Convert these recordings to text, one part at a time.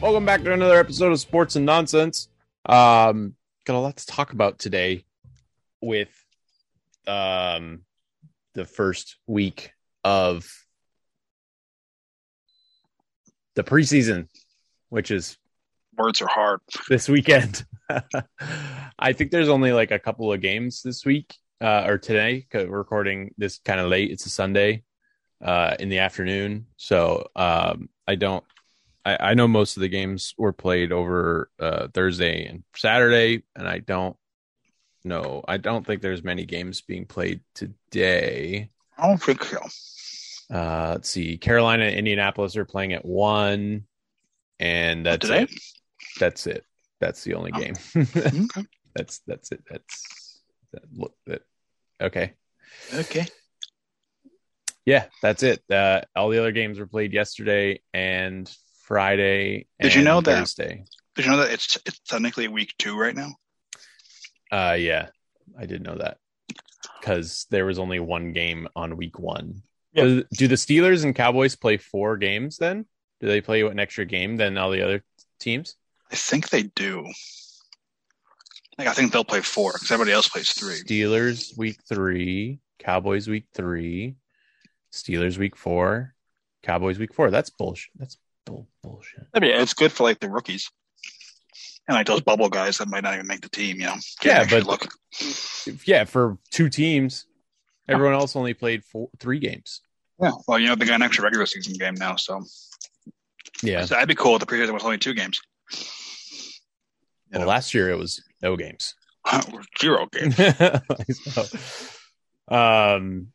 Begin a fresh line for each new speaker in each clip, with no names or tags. Welcome back to another episode of Sports and Nonsense. Um, got a lot to talk about today with um the first week of the preseason, which is
Words are hard.
this weekend. I think there's only like a couple of games this week uh, or today. 'cause We're recording this kind of late. It's a Sunday uh, in the afternoon, so um, I don't. I, I know most of the games were played over uh, Thursday and Saturday, and I don't know. I don't think there's many games being played today.
I don't think so.
Uh, let's see. Carolina and Indianapolis are playing at one, and that's
Today?
it. That's it. That's the only
Oh.
game.
okay.
that's that's it that's that look that okay
Okay.
yeah that's it uh all the other games were played yesterday and friday
Did you
and
know that-
thursday
Did you know that it's it's technically week two right now?
uh yeah i did know that because there was only one game on week one
Yeah.
do do the steelers and cowboys play four games then do they play an extra game than all the other teams
I think they do. Like I think they'll play four because everybody else plays three.
Steelers week three, Cowboys week three, Steelers week four, Cowboys week four. That's bullshit. That's bull- bullshit.
I mean, it's good for like the rookies and like those bubble guys that might not even make the team. You know.
Yeah,
an extra
but-
look.
Yeah, for two teams, everyone else only played four, three games.
Yeah. Well, you know they got an extra regular season game now, so,
Yeah.
so that'd be cool. If the preseason was only two games. You
Well,
know,
last year it was no games.
or zero games.
So, um,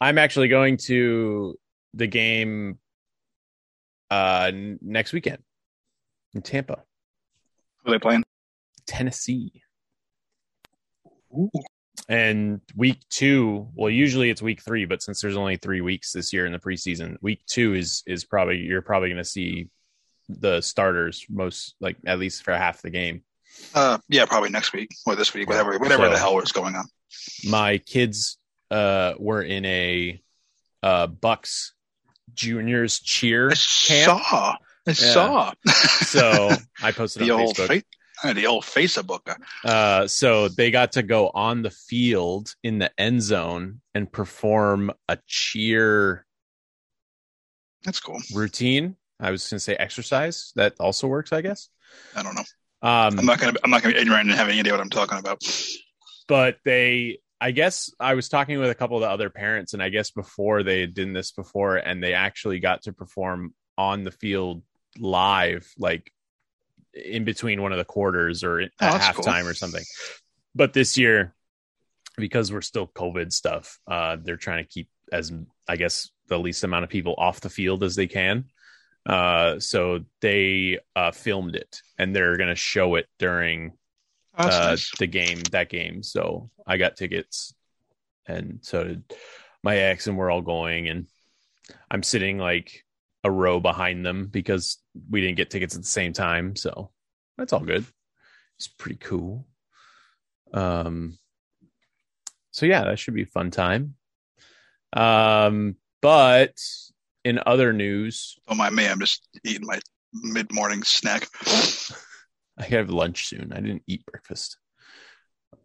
I'm actually going to the game uh, n- next weekend in Tampa,
Who they playing?
Tennessee. and week two well usually it's week three but since there's only three weeks this year in the preseason week two is is probably you're probably going to see the starters most like at least for half the game
Uh, yeah, probably next week or this week, whatever, whatever
So-
the hell is going on.
my kids uh were in a uh bucks juniors cheer
I
camp
saw. I saw.
so i posted
the
on
old
facebook
face, the old Facebook.
Uh, so they got to go on the field in the end zone and perform a cheer
That's cool.
routine. I was going to say exercise. That also works, I guess.
I don't know. I'm
Um,
not gonna. I'm not gonna be ignorant and have any idea what I'm talking about.
but they, I guess, I was talking with a couple of the other parents, and I guess before they had done this before, and they actually got to perform on the field live, like in between one of the quarters or at
Oh, that's cool.
halftime or something. But this year, because we're still COVID stuff, uh, they're trying to keep as I guess the least amount of people off the field as they can. Uh, so they uh, filmed it, and they're going to show it during
Oh, that's
uh,
nice.
the game that game. So I got tickets, and so did my ex, and we're all going, and I'm sitting like a row behind them because we didn't get tickets at the same time. So that's all good. It's pretty cool. Um. So yeah, that should be a fun time. Um, but in other news,
Oh my man, I'm just eating my mid-morning snack.
I have lunch soon. I didn't eat breakfast.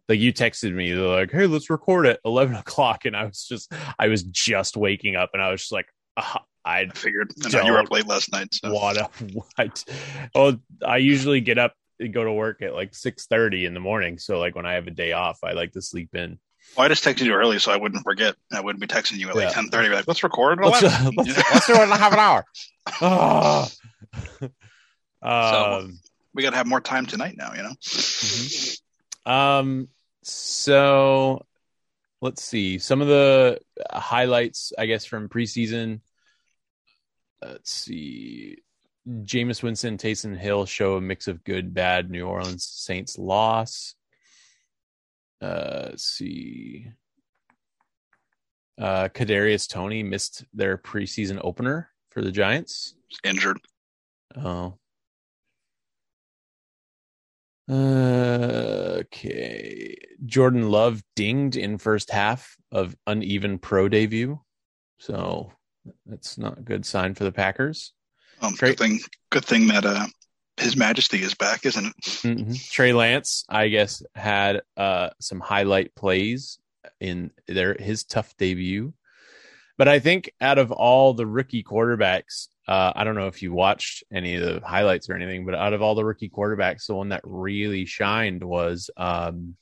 Like you texted me, they're like, "Hey, let's record at eleven o'clock," and I was just, I was just waking up, and I was just like, ah, "I
I figured I know you were up late last night. So.
want to." What? Oh, I usually get up and go to work at like six thirty in the morning. So like when I have a day off, I like to sleep in.
Well, I just texted you early so I wouldn't forget. I wouldn't be texting you at like
Yeah.
10:30. Like, let's record. At
Let's,
11.
uh, let's, let's do it in a half an hour. Ah.
So-
um,
we gotta have more time tonight now. You know.
Um, so let's see some of the highlights, I guess, from preseason. Let's see. Jameis Winston, Taysom Hill show a mix of good, bad New Orleans Saints loss. Uh, let's see. Uh, Kadarius Tony missed their preseason opener for the Giants.
Injured.
Oh. Uh, okay. Jordan Love dinged in first half of uneven pro debut. So that's not a good sign for the Packers.
Um,
Trey-
good thing, good thing that uh, His Majesty is back, isn't it?
Mhm. Trey Lance, I guess, had uh, some highlight plays in their his tough debut. But I think out of all the rookie quarterbacks, uh, I don't know if you watched any of the highlights or anything, but out of all the rookie quarterbacks, the one that really shined was um,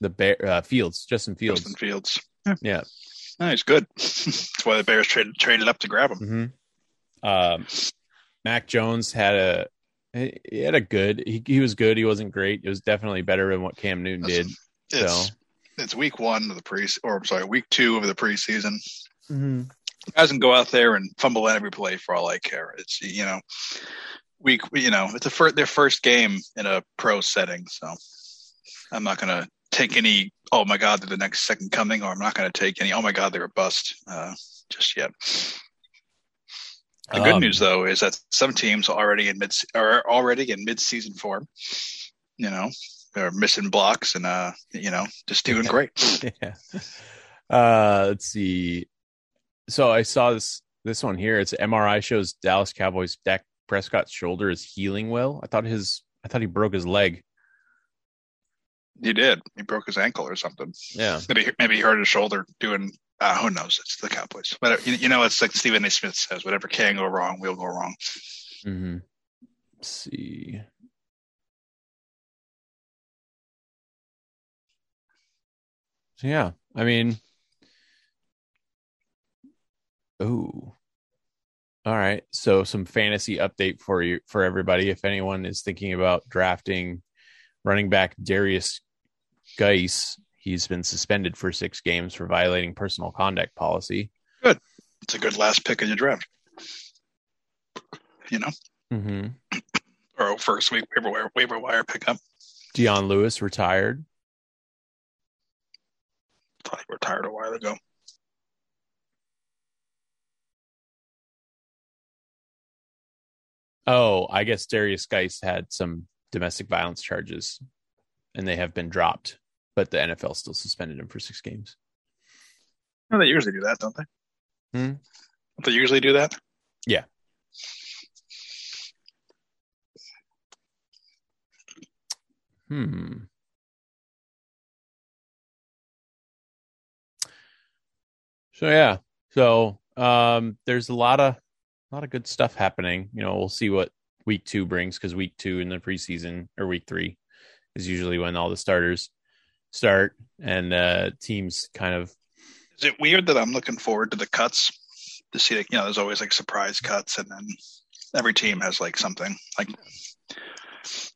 the Bear, uh, Fields, Justin Fields.
Justin Fields.
Yeah.
No, he's good. That's why the Bears traded traded up to grab him.
hmm Um, Mac Jones had a he he had a good. He, he was good. He wasn't great. It was definitely better than what Cam Newton did.
It's it's week one of the pre, or I'm sorry, week two of the preseason.
Mm-hmm.
Guys can go out there and fumble every play for all I care. It's you know, week you know, it's a fir- their first game in a pro setting, so I'm not gonna take any. Oh my God, they're the next second coming, or I'm not gonna take any. Oh my God, they're a bust uh, just yet. The good
Um,
news though is that some teams are already in mid are already in mid season form. You know, they're missing blocks and uh, you know, just doing great.
yeah. Uh, let's see. So I saw this this one here. It's MRI shows Dallas Cowboys Dak Prescott's shoulder is healing well. I thought his I thought he broke his leg.
He did. He broke his ankle or something.
Yeah.
Maybe maybe he hurt his shoulder doing. Uh, who knows? It's the Cowboys. But uh, you, you know, it's like Stephen A. Smith says: "Whatever can go wrong, will go wrong."
Mm-hmm. Let's see. So yeah, I mean, oh, all right. So some fantasy update for you for everybody. If anyone is thinking about drafting running back Darius Geis, he's been suspended for six games for violating personal conduct policy.
It's a good last pick in your draft. You know,
Mm-hmm.
or first week waiver wire waiver wire pickup.
Deion Lewis retired.
Thought he retired a while ago.
Oh, I guess Darius Geis had some domestic violence charges and they have been dropped, but the NFL still suspended him for six games.
No, Oh, they usually do that, don't they?
Hmm?
Don't they usually do that?
Yeah. Hmm. So yeah. So um there's a lot of a lot of good stuff happening. You know, we'll see what week two brings because week two in the preseason or week three is usually when all the starters start and uh teams kind of
Is it weird that I'm looking forward to the cuts to see? Like, you know, there's always like surprise cuts, and then every team has like something like,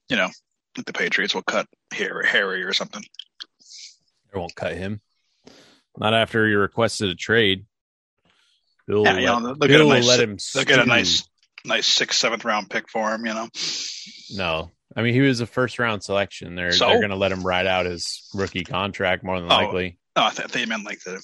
you know, like the Patriots will cut here Harry or something.
They won't cut him. Not after he requested a trade. Bill
Yeah,
will
you
let,
know, they'll get a
Bill will
nice-
let him.
They'll get a
stew.
nice, nice sixth, seventh round pick for him. You know,
No, I mean he was a first round selection. They're
So?
they're going to let him ride out his rookie contract more than
Oh.
likely.
no, I think they meant like the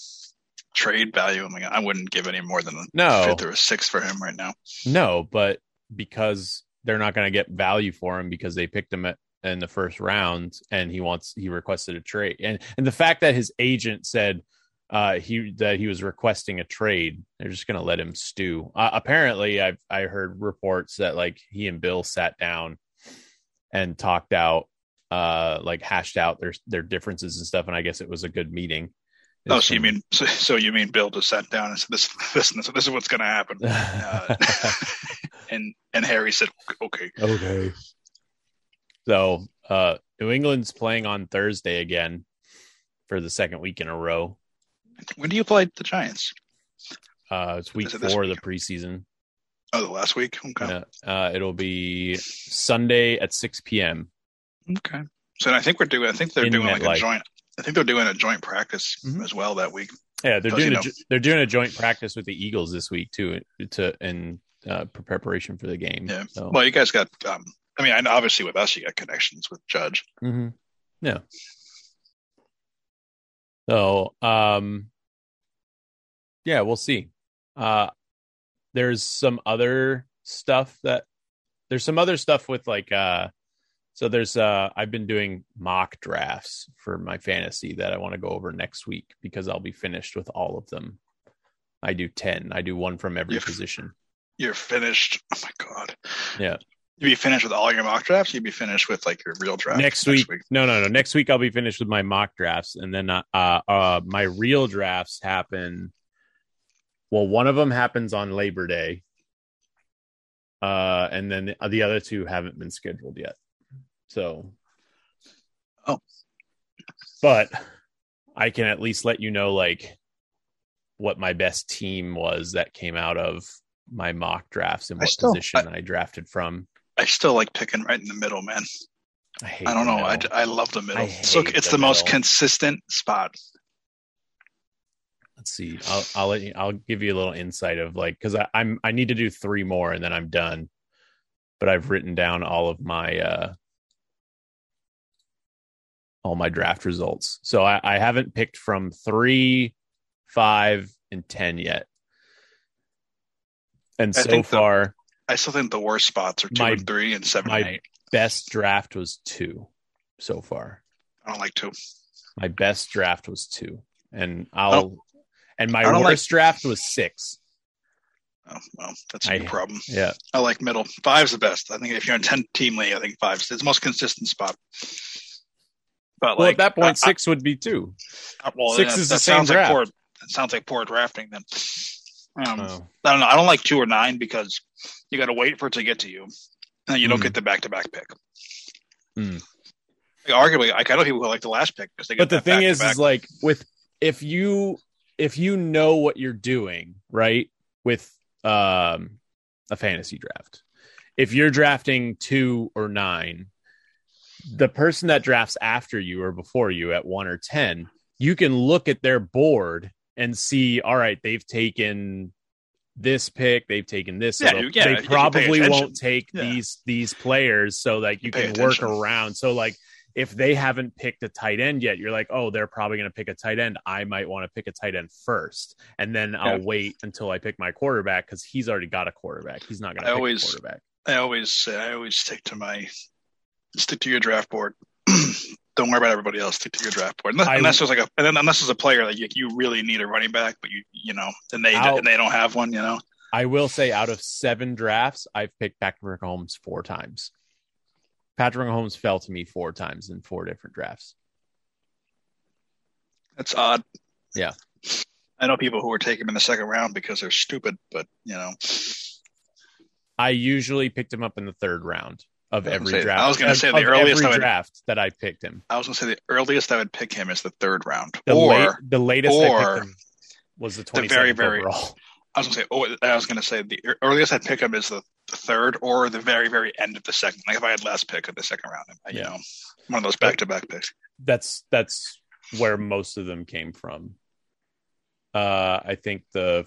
trade value. I'm like, I wouldn't give any more than a
No.
fifth or a sixth for him right now.
No, but because they're not going to get value for him because they picked him at, in the first round, and he wants he requested a trade, and and the fact that his agent said uh, he that he was requesting a trade, they're just going to let him stew. Uh, apparently, I've I heard reports that like he and Bill sat down and talked out, uh, like hashed out their their differences and stuff, and I guess it was a good meeting.
Oh, so you mean so, so you mean Bill just sat down and said this this and this, this is what's going to happen, uh, and and Harry said okay.
Okay. So uh New England's playing on Thursday again for the second week in a row.
When do you play the Giants?
Uh it's week
Is it this
four of the preseason.
Oh, the last week. Okay.
Yeah. Uh it'll be Sunday at six PM.
Okay. So I think we're doing. I think they're
In
doing like
MetLife.
a joint. I think they're doing a joint practice
Mhm.
as well that week.
Yeah, they're
Does
doing
he
a,
know?
jo- they're doing a joint practice with the Eagles this week too to in uh pre- preparation for the game.
Yeah.
So,
Well, you guys got. Um, I mean, I know obviously with us, you got connections with Judge.
mhm. Yeah. So um yeah, we'll see. Uh, there's some other stuff that there's some other stuff with like uh so there's uh I've been doing mock drafts for my fantasy that I want to go over next week because I'll be finished with all of them. I do 10. I do one from every
Yep.
position.
you're finished. Oh my god.
Yeah.
You'd be finished with all your mock drafts. You'd be finished with like your real draft
next, week, No, no, no. Next week I'll be finished with my mock drafts, and then uh, uh, my real drafts happen. Well, one of them happens on Labor Day, uh, and then the, the other two haven't been scheduled yet. So,
Oh.
but I can at least let you know like what my best team was that came out of my mock drafts and
I
what
still-
position I, drafted from.
I still like picking right in the middle, man.
I, hate
I don't know.
the
I,
middle.
I love the middle.
I
So
hate
it's
the
the, most
middle.
consistent spot.
let's see i'll i'll let you i'll give you a little insight of like because i'm i need to do three more and then i'm done but i've written down all of my uh all my draft results so i i haven't picked from three five and ten yet and
I
so
think the-
far
I still think the worst spots are two
My-
and three and seven
my-
and eight.
best draft was two so far
I don't like two.
my best draft was two and i'll and my
Oh. I don't like-
worst draft was six
Oh, well, that's
I-
a new problem.
yeah
I like middle. Five's the best. I think if you're in ten team league, I think five's it's the most consistent spot.
well
But like
at that point
I-
six would be two
I- well,
six
that-
is the
that
same
sounds
draft.
Like poor, that sounds like poor drafting then. Um,
Oh.
I don't know. I don't like two or nine because you got to wait for it to get to you, and then you don't
Mm.
get the back-to-back pick.
Mm.
Like, arguably, like, I know people who like the last pick because they. Get
but the
that
thing is
back-to-back.
is like with if you if you know what you're doing right with um a fantasy draft if you're drafting two or nine the person that drafts after you or before you at one or ten you can look at their board and see all right they've taken this pick they've taken this so
Yeah,
they'll-
you- yeah, you
they
can pay
probably
attention.
won't take
Yeah.
these these players so that you
pay
can work
attention.
around so like if they haven't picked a tight end yet, you're like, oh, they're probably going to pick a tight end. I might want to pick a tight end first, and then I'll wait until I pick my quarterback because he's already got a quarterback. He's not going
I
to pick
always-
a quarterback.
I always say, I always stick to my stick to your draft board. Don't worry about everybody else. Stick to your draft board. Unless,
I-
unless there's like a, and then unless there's a player that you, you really need a running back, but you you know, and they
I'll-
and they don't have one. You know,
I will say, out of seven drafts, I've picked Patrick Mahomes four times. Patrick Mahomes fell to me four times in four different drafts.
that's odd.
Yeah.
I know people who are taking him in the second round because they're stupid, but you know,
I usually picked him up in the third round of
I was gonna
every
say-
draft.
I was gonna
of-
say the
of
earliest I
every
would-
draft that I picked him.
I was gonna say the earliest I would pick him is the third round,
The,
or
late, the latest I
or-
picked him was the
the
twenty very,
very, very-
overall.
I was gonna say, oh, I was gonna say the earliest I'd pick him is the, the third or the very very end of the second. Like if I had last pick of the second round, you
Yeah.
know, one of those back to back picks.
that's that's where most of them came from. Uh, I think the,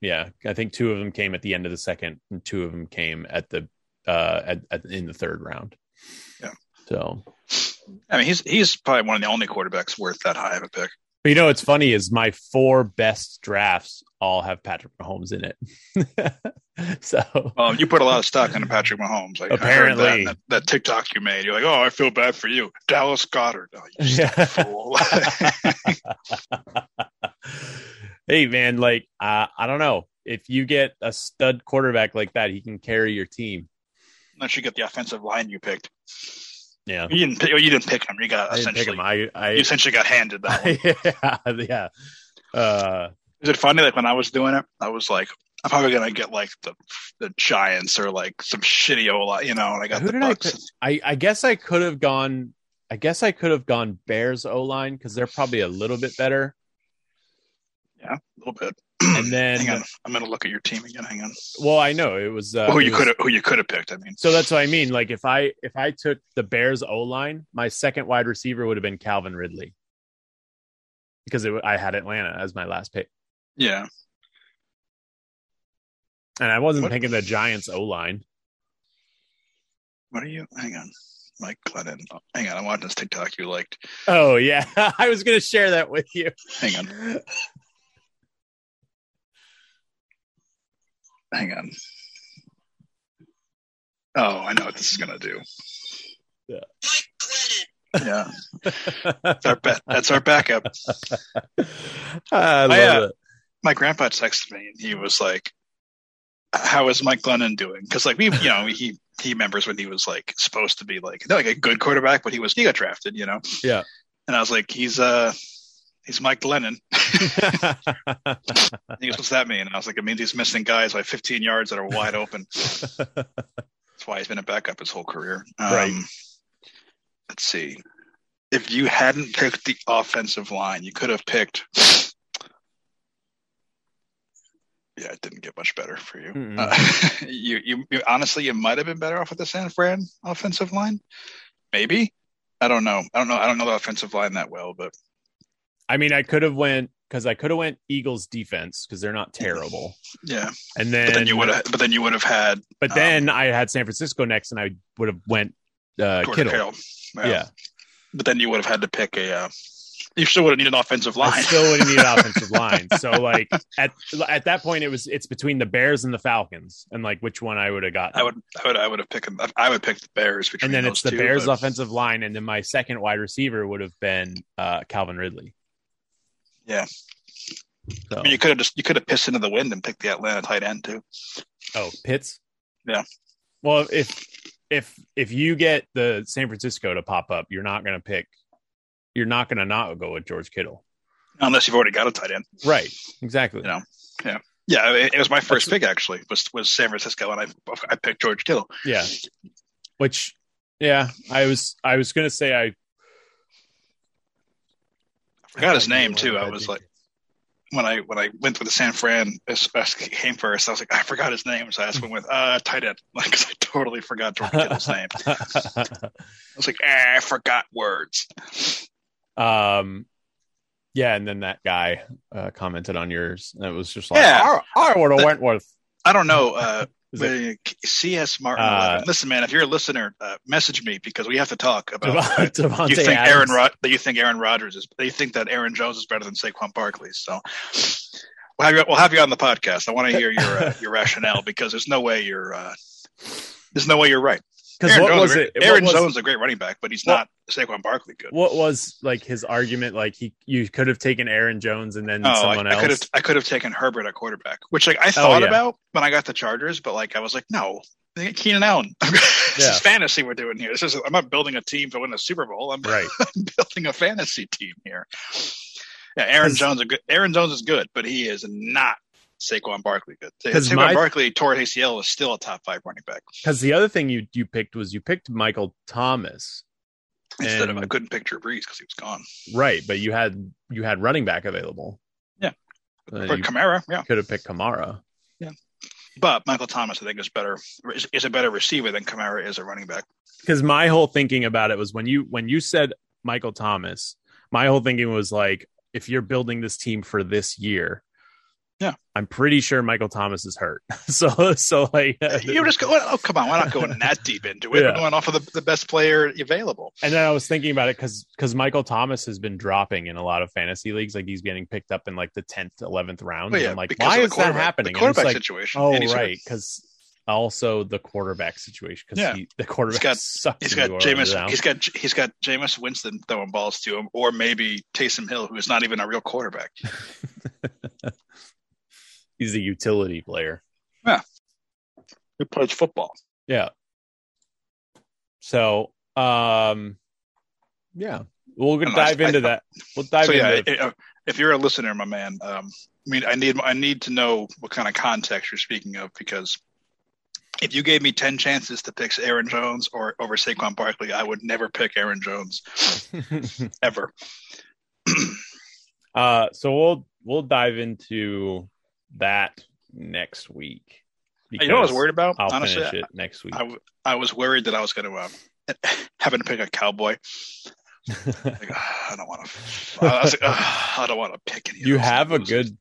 yeah, I think two of them came at the end of the second, and two of them came at the uh at, at in the third round.
Yeah.
So,
I mean, he's he's probably one of the only quarterbacks worth that high of a pick.
but you know, what's funny is my four best drafts all have Patrick Mahomes in it. so
Well, Um, you put a lot of stock into Patrick Mahomes. Like, I heard
Apparently.
that, in that, that TikTok you made, you're like, oh, I feel bad for you, Dallas Goddard. Oh, you stupid
Yeah.
fool.
hey man, like uh, I don't know if you get a stud quarterback like that, he can carry your team.
Unless you get the offensive line you picked,
Yeah.
you didn't. Pick, you didn't pick him. You got
I didn't pick
essentially.
him. I, I,
You essentially got handed that one.
yeah, yeah. Uh,
Is it funny? Like when I was doing it, I was like, I'm probably gonna get like the the Giants or like some shitty O line, you know. And I got
Who
the
did I
Bucks.
I, I guess I could have gone. I guess I could have gone Bears O line because they're probably a little bit better.
a little bit.
And then,
Hang on, I'm gonna look at your team again. Hang on.
well, I know it was uh,
who
it
you
was-
could have? Who you could have picked? I mean,
So that's what I mean. Like if I if I took the Bears O line, my second wide receiver would have been Calvin Ridley because it, wa- I had Atlanta as my last pick,
yeah.
and I wasn't
What-
picking the Giants O line.
What are you? Hang on, Mike Glennon. Hang on, I'm watching this TikTok you liked.
Oh yeah, I was gonna share that with you.
Hang on, hang on. Oh, I know what this is gonna do.
Yeah.
Yeah, that's our ba- that's our backup.
I love
I, uh,
it.
my grandpa texted me and he was like how is Mike Glennon doing? Because like we, you know, he he remembers when he was like supposed to be like not like a good quarterback, but he was he got drafted, you know.
Yeah.
And I was like, he's uh, he's Mike Glennon. And he goes, "What's that mean?" And I was like, "It means he's missing guys by 15 yards that are wide open." That's why he's been a backup his whole career. Um,
Right.
Let's see. If you hadn't picked the offensive line, you could have picked. Yeah, it didn't get much better for you.
Mm-mm.
Uh, you, you, you honestly, you might have been better off with the San Fran offensive line. Maybe I don't know. I don't know. I don't know the offensive line that well, but
I mean, I could have went because I could have went Eagles defense because they're not terrible.
yeah.
And then, um,
But then you would have. But then you would have had
but then I had San Francisco next, and I would have went uh,
George
Kittle.
Kittle.
Yeah,
but then you would have had to pick a. Uh, you still would have needed an offensive
I
line.
still would have needed offensive line. So like at at that point, it was it's between the Bears and the Falcons, and like which one I would have gotten.
I would, I would, I would have picked. I would pick the Bears between
and then
those
it's the
two,
Bears
but-
offensive line, and then my second wide receiver would have been uh, Calvin Ridley.
Yeah.
So,
I mean, you could have just you could have pissed into the wind and picked the Atlanta tight end too.
oh, Pitts.
Yeah.
Well, if if if you get the San Francisco to pop up, you're not going to pick. You're not going to not go with George Kittle.
Unless you've already got a tight end.
Right. Exactly.
You know. Yeah, it, it was my first pick actually. Was was San Francisco, and I I picked George Kittle.
yeah which yeah i was i was gonna say i
forgot his name, too. I was like- When I when I went with the San Fran as, as he came first, I was like I forgot his name, so I just went with uh tight end like 'cause I totally forgot George Kittle's name. I was like, eh, I forgot words.
um yeah and then that guy uh commented on yours and it was just like
Yeah.
i, would have
That-
went with
I don't know. Uh,
Is it-
with C.S. Martin.
Uh,
11. Listen, man, if you're a listener, uh, message me because we have to talk about. uh,
Devon- Devontae
you think
Adams.
Aaron Rod- that you think Aaron Rodgers is they think that Aaron Jones is better than Saquon Barkley. So we'll have you, we'll have you on the podcast. I want to hear your uh, your rationale because there's no way you're uh, there's no way you're right.
'Cause
Aaron
what
Jones,
was
is a
it
great- Aaron
what was,
Jones is a great running back, but he's not Saquon Barkley good.
what was like his argument like he you could have taken aaron jones and then
Oh, I,
someone
I could have
else Oh,
I could have taken Herbert at quarterback, which like I thought
yeah.
about when I got the Chargers, but like I was like, no, they get Keenan Allen. this
Yeah.
is fantasy we're doing here. This is I'm not building a team to win a Super Bowl. I'm
right
building a fantasy team here. Yeah, Aaron
'Cause-
Jones. Are good. Aaron Jones is good, but he is not Saquon Barkley good.
'Cause
Saquon
my-
Barkley tore ACL is still a top five running back.
because the other thing you you picked was you picked michael thomas
Instead of
And-
I couldn't picture Breeze because he was gone.
right but you had you had running back available
Yeah.
Uh,
But
you-
Kamara, yeah.
could have picked Kamara.
But Michael Thomas, I think, is better is, is a better receiver than Kamara is a running back.
Because my whole thinking about it was when you when you said Michael Thomas, my whole thinking was like, if you're building this team for this year,
Yeah.
I'm pretty sure Michael Thomas is hurt. so so like,
You just go, oh come on, we're not going that deep into it.
Yeah.
We're going off of the, the best player available.
and then I was thinking about it because because Michael Thomas has been dropping in a lot of fantasy leagues, like he's getting picked up in like the tenth, eleventh round.
But
and
Oh, yeah,
I'm like,
because
why
of the
is that
quarterback-
happening?
The
And it's
quarterback
like,
situation.
oh
And he's-
right, because also the quarterback situation
Yeah.
because the quarterback
got-
sucked
He's
in
got
New Orleans now.
Jameis. He's got he's got Jameis Winston throwing balls to him, or maybe Taysom Hill, who is not even a real quarterback.
he's a utility player.
Who plays football?
Yeah. So, um, yeah, we'll
And I-
dive into
I-
that. We'll dive
so yeah,
into.
i- i- if you're a listener, my man, um, I mean, I need I need to know what kind of context you're speaking of because if you gave me ten chances to pick Aaron Jones or over Saquon Barkley, I would never pick Aaron Jones ever.
uh, so we'll we'll dive into that next week.
you know what I was
because
worried about?
I'll
Honestly,
finish it next week.
I, w- I was worried that I was going to uh, having to pick a cowboy. Like, ah, I don't want to. I was like, ah, I don't want to pick any. of
you
those
have a
losers.
good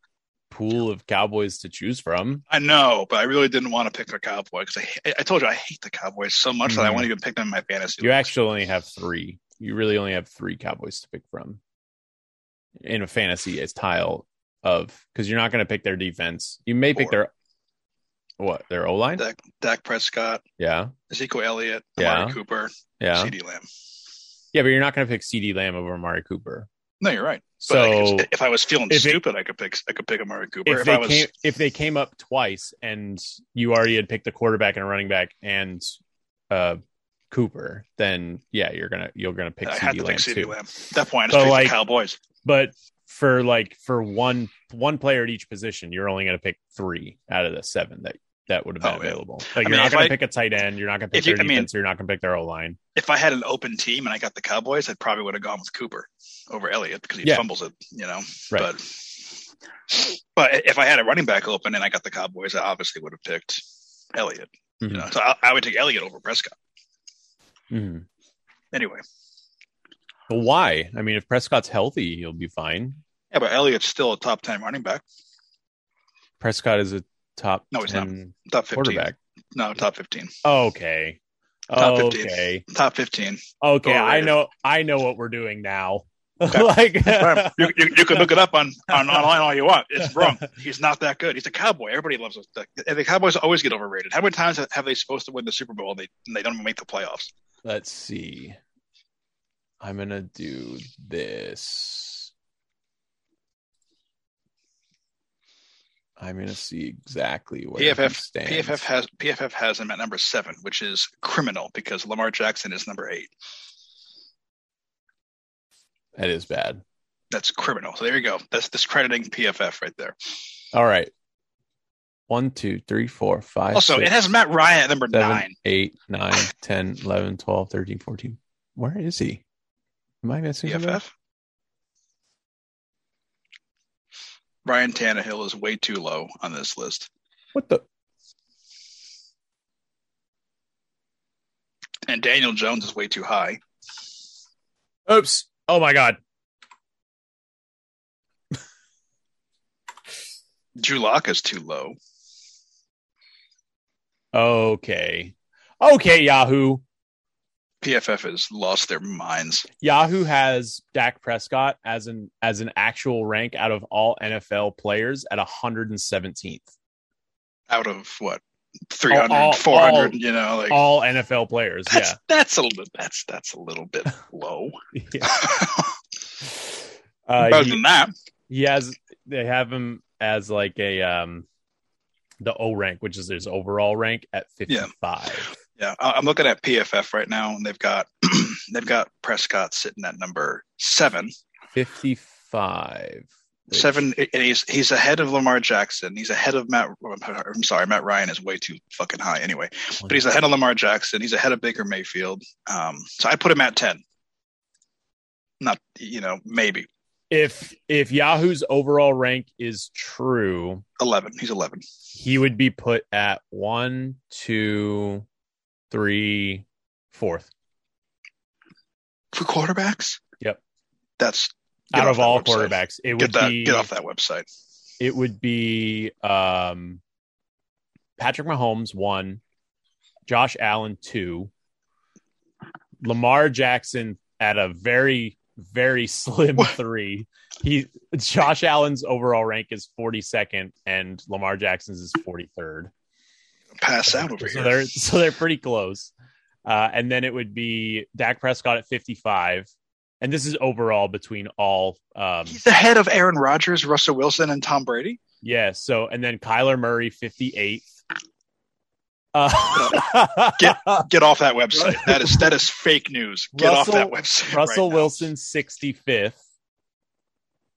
pool of Cowboys to choose from.
I know, but I really didn't want to pick a cowboy because I, I told you I hate the Cowboys so much that I
Mhm.
won't even pick them in my fantasy.
You
leagues.
actually only have three. You really only have three Cowboys to pick from in a fantasy style of because you're not going to pick their defense. You may pick their what their O line.
Dak, Dak Prescott,
Yeah,
Ezekiel Elliott, Amari
Yeah.
Cooper,
yeah,
C.D. Lamb.
yeah. But you're not going to pick C.D. Lamb over Amari Cooper.
No, you're right. But I
So
could- if I was feeling
if it-
stupid, I could pick I could pick Amari Cooper. If,
if
I
they
was
came if they came up twice and you already had picked a quarterback and a running back and uh Cooper, then yeah, you're gonna you're gonna pick
I had
CD
to
Lamb
pick CD
too.
Lamb. At that point,
But,
I just picked
like-
the Cowboys.
But for like for one one player at each position, you're only gonna pick three out of the seven that that would have been
Oh, yeah.
available. Like
I
you're
mean,
not
if
gonna
I-
pick a tight end, you're not gonna pick
If you-
their
I mean-
defense, you're not gonna pick their O line.
If I had an open team and I got the Cowboys, I probably would have gone with Cooper over Elliott because he
Yeah.
fumbles it, you know.
Right.
But but if I had a running back open and I got the Cowboys, I obviously would have picked Elliott.
Mhm.
You know, so I, I would take Elliott over Prescott
Mhm.
anyway.
But why? I mean, if Prescott's healthy, he'll be fine.
Yeah, but Elliott's still a top ten running back,
Prescott is a top
No, he's not.
10
top fifteen.
quarterback.
No, top fifteen.
Okay.
Top 15.
okay.
Top fifteen.
Okay, I
Overrated.
know I know what we're doing now. like
Whatever. you, you, you can look it up on, on online all you want. It's wrong. He's not that good. He's a cowboy. Everybody loves him. The, the Cowboys always get overrated. How many times have they supposed to win the Super Bowl and they, and they don't even make the playoffs?
let's see. I'm gonna do this. I'm gonna see exactly where he
PFF
stands.
PFF has PFF has him at number seven, which is criminal because Lamar Jackson is number eight.
that is bad.
That's criminal. So there you go. That's discrediting PFF right there.
All right. One, two, three, four, five.
Also,
six,
it has Matt Ryan at number
seven,
nine.
eight, nine, 10, 11, 12, 13, 14. Where is he? Am I missing somebody?
PFF. Ryan Tannehill is way too low on this list,
What the?
and Daniel Jones is way too high.
Oops. Oh my God.
Drew Lock is too low.
Okay. Okay, Yahoo.
PFF has lost their minds.
Yahoo has Dak Prescott as an as an actual rank out of all NFL players at 117th.
Out of what 300,
all-
400,
all-
you know, like
All NFL players.
that's that's a little that's that's a little bit low.
Yeah. Uh,
Other
he,
than that,
he has they have him as like a um the O rank, which is his overall rank at 55.
yeah, I- I'm looking at PFF right now, and they've got they've got Prescott sitting at number seven.
55.
Seven, and he's he's ahead of Lamar Jackson. He's ahead of Matt. I'm sorry, Matt Ryan is way too fucking high anyway. But he's ahead of Lamar Jackson. He's ahead of Baker Mayfield. Um, so I put him at ten. Not you know maybe
if if Yahoo's overall rank is true,
eleven. He's eleven.
he would be put at one, two, three, fourth
for quarterbacks.
Yep.
That's get
out
off
of
that
all
website.
quarterbacks. It would
Get that.
be
Get off that website.
it would be um, Patrick Mahomes one, Josh Allen two, Lamar Jackson at a very very slim
What?
three. He Josh Allen's overall rank is forty second, and Lamar Jackson's is forty third.
Pass out over
so
here.
they're so they're pretty close. Uh, and then it would be Dak Prescott at 55, and this is overall between all. Um,
He's ahead of Aaron Rodgers, Russell Wilson, and Tom Brady.
yeah. So and then Kyler Murray 58. Uh,
Get- Get off that website. that is that is fake news. Get
Russell-
off that website.
Russell
right now.
Wilson 65th.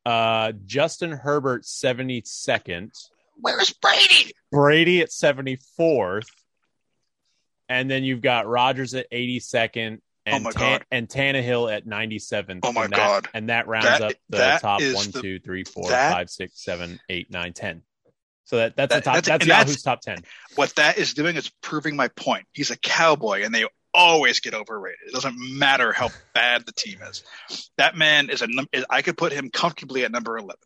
Uh, Justin Herbert 72nd.
Where's Brady?
Brady at 74th. And then you've got Rogers at 82nd and,
Oh my
Tan-
God.
and Tannehill at 97th.
Oh my
and that,
God.
And that rounds
That-
up the
that
top
is
one,
the-
two, three, four,
that-
five, six, seven, eight, nine, ten. So that, that's the top.
That- that's-
That's,
and that's-
Yahoo's top 10.
What that is doing is proving my point. He's a cowboy, and they always get overrated. It doesn't matter how bad the team is. That man is a. num- is- I could put him comfortably at number eleven.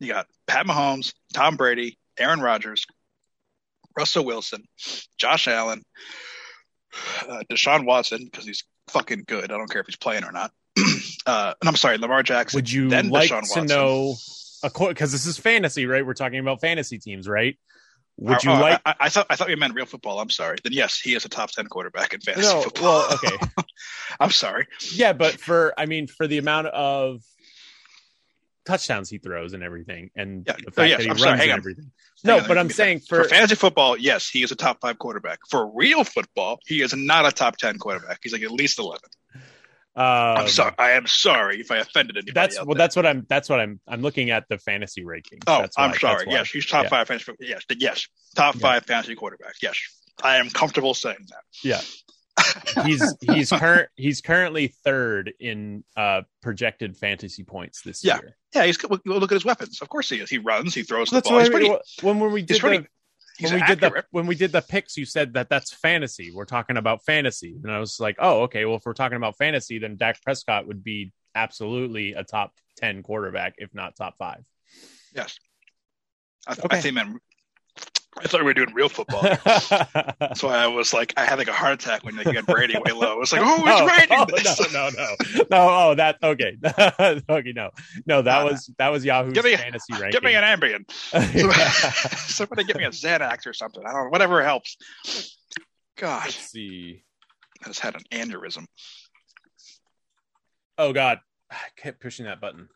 You got Pat Mahomes, Tom Brady, Aaron Rodgers, Russell Wilson, Josh Allen, uh, Deshaun Watson because he's fucking good. I don't care if he's playing or not. uh, and I'm sorry, Lamar Jackson.
Would you
then
like
Deshaun
to
Watson.
know? Because this is fantasy, right? We're talking about fantasy teams, right? Would you
Oh,
like?
I, I thought I thought you meant real football. I'm sorry. Then yes, he is a top ten quarterback in fantasy
No,
football.
well, okay.
I'm sorry.
Yeah, but for I mean, for the amount of touchdowns he throws and everything, and
Yeah.
the fact
Oh, yes.
that he
I'm
runs
sorry. Hang
and
on.
everything.
Hang
No,
on.
but I'm
Yeah.
saying
For,
for
fantasy football, yes, he is a top five quarterback. For real football, he is not a top ten quarterback. He's like at least eleven.
um,
I'm sorry. I am sorry if I offended anybody.
That's
out
well.
there.
That's what I'm. That's what I'm. I'm looking at the fantasy ranking.
Oh,
that's why-
I'm
that's
sorry.
why.
Yes, he's top
Yeah.
five fantasy. football. Yes, yes, top
Yeah.
five fantasy quarterback. Yes, I am comfortable saying that.
he's he's current. He's currently third in uh projected fantasy points this
Yeah.
year.
Yeah, he's. Well, look at his weapons. Of course he is. He runs. He throws the
That's
ball.
what
He's
I mean.
pretty.
when when we did
he's pretty.
the,
he's
when we
accurate.
did the when we did the picks, you said that that's fantasy. We're talking about fantasy, and I was like, oh, okay. Well, if we're talking about fantasy, then Dak Prescott would be absolutely a top ten quarterback, if not top five.
Yes. I, th-
Okay.
I think man, I thought we were doing real football. That's why I was like, I had like a heart attack when they got Brady way low. I was like, oh, he's
oh,
Brady.
oh,
this.
no, no, no, no. Oh, that okay, okay, no, no. That
No, no.
was that was Yahoo's
Give me-
fantasy ranking.
Give me an Ambien.
Yeah.
Somebody give me a Xanax or something. I don't know. Whatever helps. God,
Let's see.
I just had an aneurysm.
Oh God, I kept pushing that button.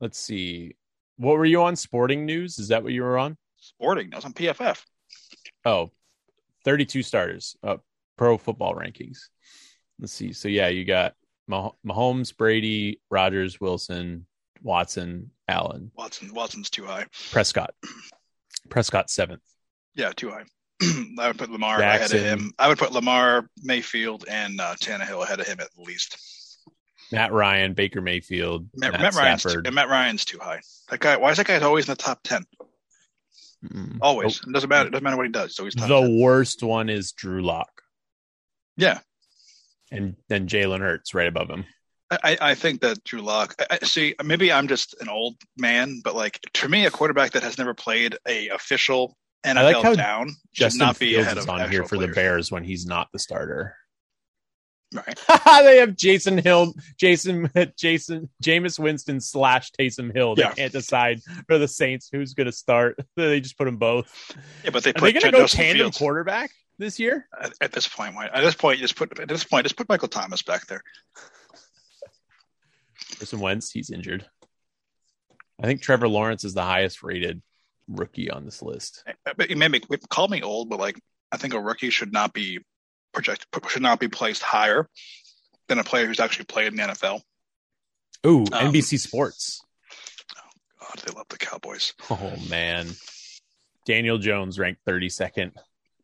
Let's see. What were you on? Sporting news? Is that what you were on?
Sporting. I was on PFF.
Oh, 32 starters, uh, pro football rankings. Let's see. So, yeah, you got Mah- Mahomes, Brady, Rogers, Wilson, Watson, Allen,
Watson. Watson's too high.
Prescott. Prescott seventh.
Yeah, too high. I would put Lamar
Jackson.
ahead of him. I would put Lamar, Mayfield, and uh, Tannehill ahead of him at least.
Matt Ryan, Baker Mayfield,
Matt,
Matt,
Matt Ryan's too,
Stafford.
and Matt Ryan's too high. That guy. Why is that guy always in the top ten?
Mm.
Always. It doesn't matter. It doesn't matter what he does. So he's top
Mm-hmm. Oh, The
10.
worst one is Drew Lock,
Yeah.
and then Jalen Hurts right above him.
I, I think that Drew Lock. I, I- see, maybe I'm just an old man, but like to me, a quarterback that has never played a official NFL
like how
down should
Justin
not be
Fields
ahead
is
of
on
actual
here for the
players.
Bears when he's not the starter.
Right.
they have Jason Hill, Jason, Jason, Jameis Winston slash Taysom Hill. They
Yeah.
can't decide for the Saints who's going to start. They just put them both.
Yeah, but they
Are they
put
going to
Justin
go tandem
Fields
quarterback this year?
at, at this point. Why, at this point, just put at this point, just put Michael Thomas back there.
Carson Wentz, he's injured. I think Trevor Lawrence is the highest rated rookie on this list.
Uh, But you may make, call me old, but like I think a rookie should not be projected should not be placed higher than a player who's actually played in the NFL.
Ooh,
Um,
NBC Sports.
God, they love the Cowboys.
Oh man, Daniel Jones ranked thirty second.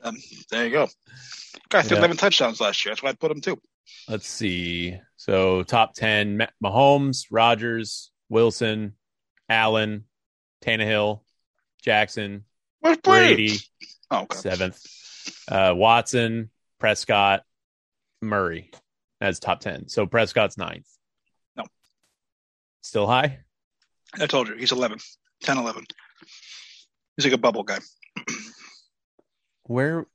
Um, there you go. Guy threw
Yeah.
11 touchdowns last year. That's why I put him too.
Let's see. So top ten: Ma- Mahomes, Rogers, Wilson, Allen, Tannehill, Jackson,
Where's Brady?
Brady,
Oh, okay.
seventh, uh, Watson, Prescott, Murray as top ten. So Prescott's ninth.
No.
Still high.
I told you, he's 11, 10, 11. He's like a bubble guy.
Where?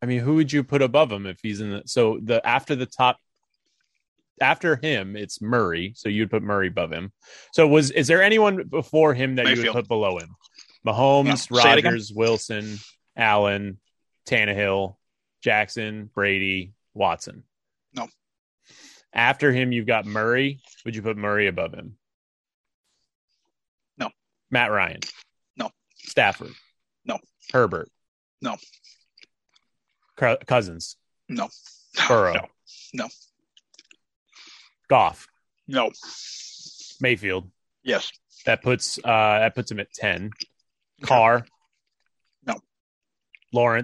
I mean, who would you put above him if he's in the? So the after the top. After him, it's Murray. So you'd put Murray above him. So was is there anyone before him that you would
Mayfield.
put below him? Mahomes,
No. Say it again.
Rogers, Wilson, Allen, Tannehill, Jackson, Brady, Watson.
No.
After him, you've got Murray. Would you put Murray above him?
No.
Matt Ryan.
No.
Stafford.
No.
Herbert.
No.
Cou- Cousins.
No.
Burrow.
No.
Goff.
No.
Mayfield.
Yes.
That puts uh that puts him at ten. Carr.
No. Oh,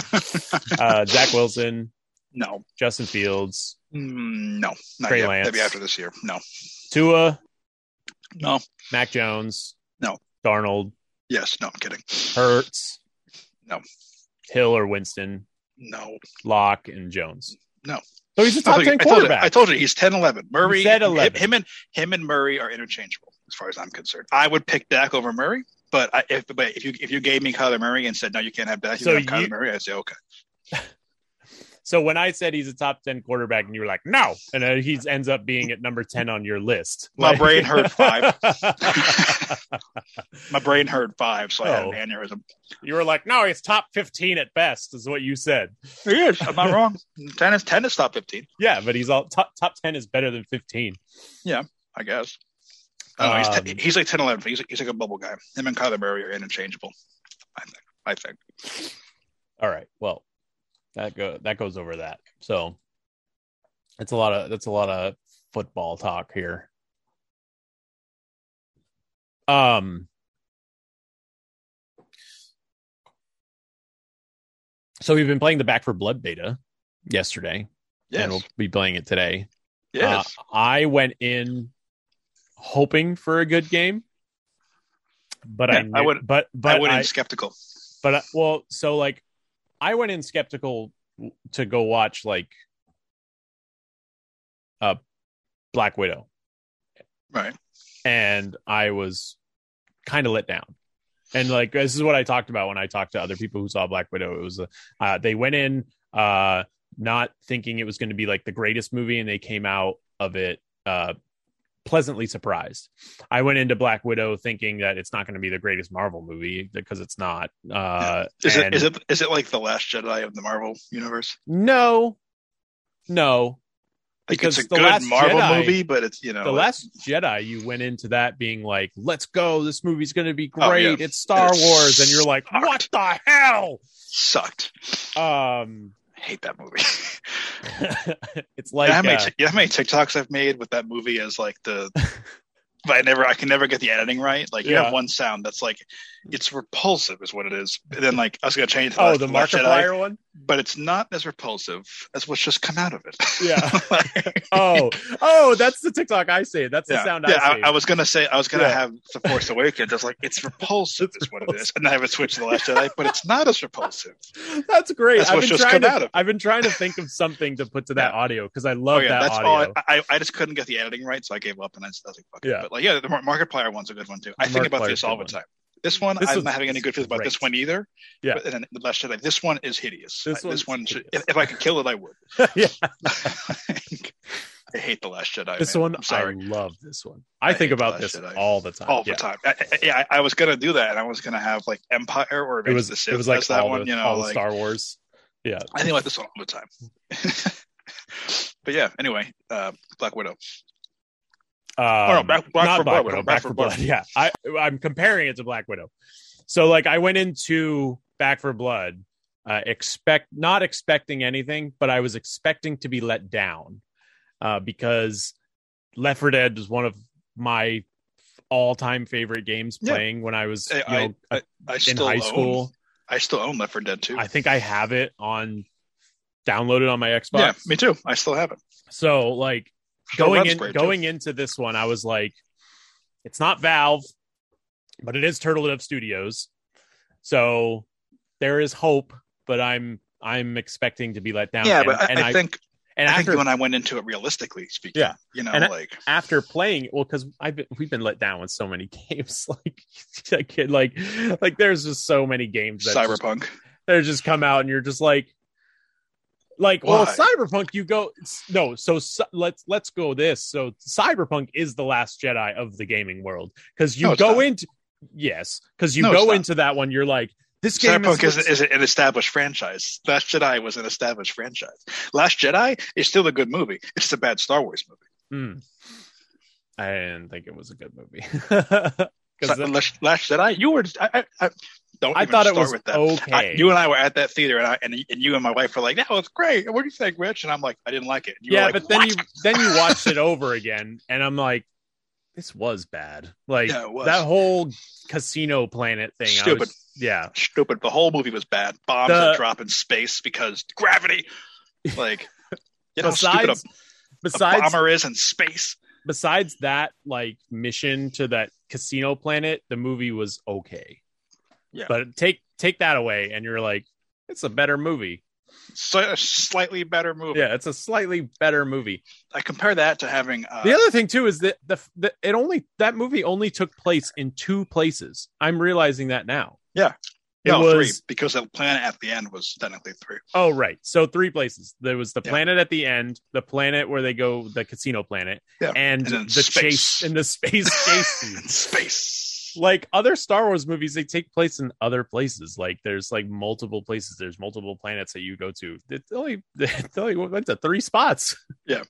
Uh,
Mm, as far as I'm concerned. I would pick Dak over Murray, but I, if but if you if you gave me Kyler Murray and said no, you can't have Dak, you
So
can have
you-
Kyler Murray, I'd say okay.
So when I said he's a top ten quarterback, and you were like, "No," and then he ends up being at number ten on your list.
My
Like-
brain hurt five. My brain hurt five, so I had
Oh.
an aneurysm.
you were like, "No, he's top fifteen at best," is what you said.
It is. I'm not wrong. Ten is ten is top fifteen,
Yeah, but he's all top top ten is better than fifteen.
I guess. Oh, he's,
Um,
t- he's like 10, 11. He's, he's like a bubble guy. Him and Kyler Murray are interchangeable. I think. I think.
All right. Well, that go that goes over that. So that's a lot of that's a lot of football talk here. Um So we've been playing the Back for Blood beta yesterday
Yes.
and we'll be playing it today.
yes.
Uh, I went in hoping for a good game. But I,
Yeah, I
knew,
would-
but but
I wouldn't skeptical.
but uh, well so like i went in skeptical w- to go watch like uh black widow
Right.
and i was kind of let down and like this is what i talked about when i talked to other people who saw black widow it was a, uh they went in uh not thinking it was going to be like the greatest movie and they came out of it uh pleasantly surprised i went into black widow thinking that it's not going to be the greatest marvel movie because it's not uh
Is
and-
it is it is it like the last Jedi of the Marvel universe?
No, no.
Like
Because
it's a
The
good
Last
Marvel
Jedi-
movie, but it's you know
the Last Jedi, you went into that being like, "Let's go! This movie's going to be
Oh,
great.
yeah.
It's Star
It's
Wars," and you're like,
smart.
"What the hell?"
sucked.
Um,
I hate that movie.
it's like
you, know how many,
uh,
ti- you know how many TikToks I've made with that movie as like the but I never I can never get the editing right. Like you
Yeah.
have one sound that's like it's repulsive is what it is. And then like I was gonna change it to
oh,
Last-
the
Last Jedi,
Markiplier one.
but it's not as repulsive as what's just come out of it.
Yeah. Oh, oh, that's the TikTok I say. That's the
yeah,
sound
yeah
I
I,
say.
I was gonna say I was gonna
Yeah.
have the Force Awakens. I was like, it's repulsive, is what it is, and I have it switched to the Last Jedi, but it's not as repulsive.
that's great.
That's
I've
what's
been
just
trying
come
to.
out of-
I've been trying to think of something to put to that audio because I
Oh
love
yeah,
that
that's
audio.
all. I, I I just couldn't get the editing right, so I gave up, and I, just, I was like, fuck it.
Yeah.
But like, yeah, the Mar- Markiplier one's a good one too. I
The
think about
Markiplier's
this
a
all the
good
time. This one,
This
I'm
one's-
not having any good feels about
great.
this one either.
Yeah.
But, and then the Last Jedi, this one is hideous.
This
This, I,
one's
this one, should,
hideous.
if, if I could kill it, I would.
Yeah.
I hate the Last Jedi.
this
man.
one,
I'm
I
sorry.
love this one. I,
I
think
hate
about
Last
this
Jedi.
all the time.
all
Yeah.
the time. I, I, yeah, I, I was gonna do that, and I was gonna have like Empire or
it
Revenge
was
of the Sith
it was like
as that
all
one.
the,
you know,
all the
like
Star Wars. Yeah,
I think about this one all the time. but yeah, anyway, uh, Black Widow.
um,
Oh, no, Back- Back
not Black
for Blood,
Widow, Back for Blood. Yeah, I I'm comparing it to Black Widow. So like I went into Back for Blood, uh, expect not expecting anything, but I was expecting to be let down uh, because Left 4 Dead was one of my all time favorite games
Yeah.
playing when I was
I-
you know,
I- I
in
still
high
own,
school.
I still own Left 4 Dead too.
I think I have it on downloaded on my Xbox.
yeah, me too. I still have it.
So like
Still
going
runs
in
great,
going into this one, I was like, it's not Valve, but it is Turtle Dove Studios. So there is hope, but I'm I'm expecting to be let down.
Yeah,
and,
but I,
and
I, think
and
I
after
think when I went into it realistically speaking,
Yeah.
you know,
And I-
like
after playing well because i've been we've been let down with so many games like I kid like like there's just so many games that just
Cyberpunk.
they just come out and you're just like like well
Why?
cyberpunk you go no so, so let's let's go this so cyberpunk is the last jedi of the gaming world because you
No, it's
go
not.
into yes because you
No, it's
go
not.
into that one you're like this game
Cyberpunk
is,
is, is an established franchise. Last Jedi was an established franchise. Last Jedi is still a good movie. It's just a bad Star Wars movie.
Mm. i didn't think it was a good movie 'Cause
So, Last, Last Jedi, you were. I, I, I, don't
i
even
thought it
start
was
with that.
okay
I, you and I were at that theater, and I and, and you and my wife were like, "That was great." What do you think, Rich? And I'm like, "I didn't like it." And you
yeah,
were like,
but then
"What?"
you then you watched it over again, and I'm like, this was bad. Like
Yeah, it was.
that whole casino planet thing. I
Stupid.
was- yeah,
stupid. The whole movie was bad. Bombs
The-
that drop in space because gravity. Like, you know, how stupid a,
besides
a
besides
bomber is in space.
besides that like mission to that casino planet, the movie was okay.
Yeah.
but take take that away, and you're like, it's a better movie.
So, a slightly better movie.
Yeah, it's a slightly better movie.
I compare that to having uh,
the other thing too is that the, the it only that movie only took place in two places. I'm realizing that now.
Yeah.
It
no,
was
three because the planet at the end was technically three.
Oh right. So three places. There was the
Yeah.
planet at the end, the planet where they go the casino planet,
Yeah.
and,
And then
the
space.
chase and the space chase scene.
In space.
Like other Star Wars movies, they take place in other places. Like there's like multiple places. There's multiple planets that you go to. It only it only went to three spots.
Yeah,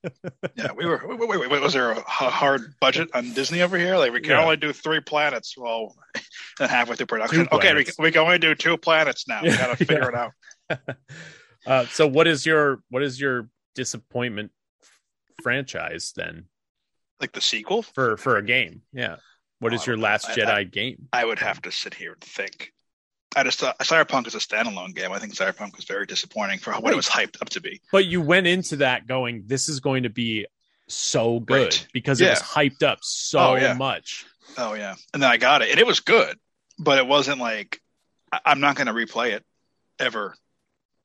we were. Wait, wait, wait, wait, was there a h- hard budget on Disney over here? Like we can
Yeah.
only do three planets. Well, and halfway through production,
Two
okay, we,
planets.
we can only do two planets now. We
Yeah,
gotta figure it out.
Uh, so what is your what is your disappointment f- franchise then
Like the sequel,
for for a game? Yeah. What
Oh,
is
I
your
don't know.
Last
I-
Jedi
I-
game?
I would have to sit here and think. I just thought Cyberpunk is a standalone game. I think Cyberpunk was very disappointing for what it
Right.
was hyped up to be.
But you went into that going, this is going to be so good
Right.
because
Yeah.
it was hyped up so
Oh, yeah.
much.
Oh yeah, and then I got it, and it was good, but it wasn't like I- I'm not gonna replay it ever.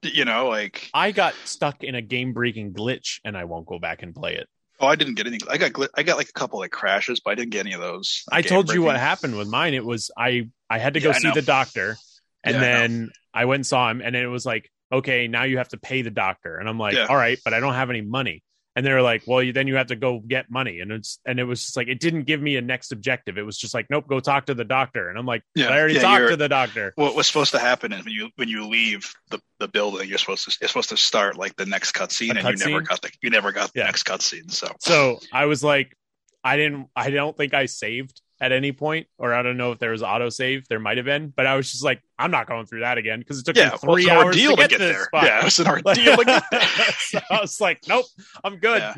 You know, like
I got stuck in a game breaking glitch and I won't go back and play it.
oh, I didn't get any. I got gl- I got like a couple like crashes, but I didn't get any of those.
I told you what
Game-breaking.
happened with mine. It was I I had to go
Yeah, I
see
know.
the doctor and
Yeah, I know.
then I went and saw him and it was like, okay, now you have to pay the doctor. And I'm like,
Yeah.
all right, but I don't have any money. And they're like, well, you, then you have to go get money. And it's and it was just like it didn't give me a next objective. It was just like, nope, go talk to the doctor. And I'm like,
Yeah,
but I already
yeah,
talked
you're-
to the doctor.
what was supposed to happen is when you when you leave the, the building, you're supposed to you're supposed to start like the next cutscene,
A
and you never
cutscene?
got the you never got the
Yeah.
next cutscene. So
So I was like, I didn't I don't think I saved at any point, or I don't know if there was autosave. There might have been, but I was just like, I'm not going through that again because it took me
yeah, well,
three
it's an
hours to
ordeal
get, to this
there.
spot.
Yeah, it's an
Like-
ordeal to get there.
So I was like, nope, I'm good.
Yeah.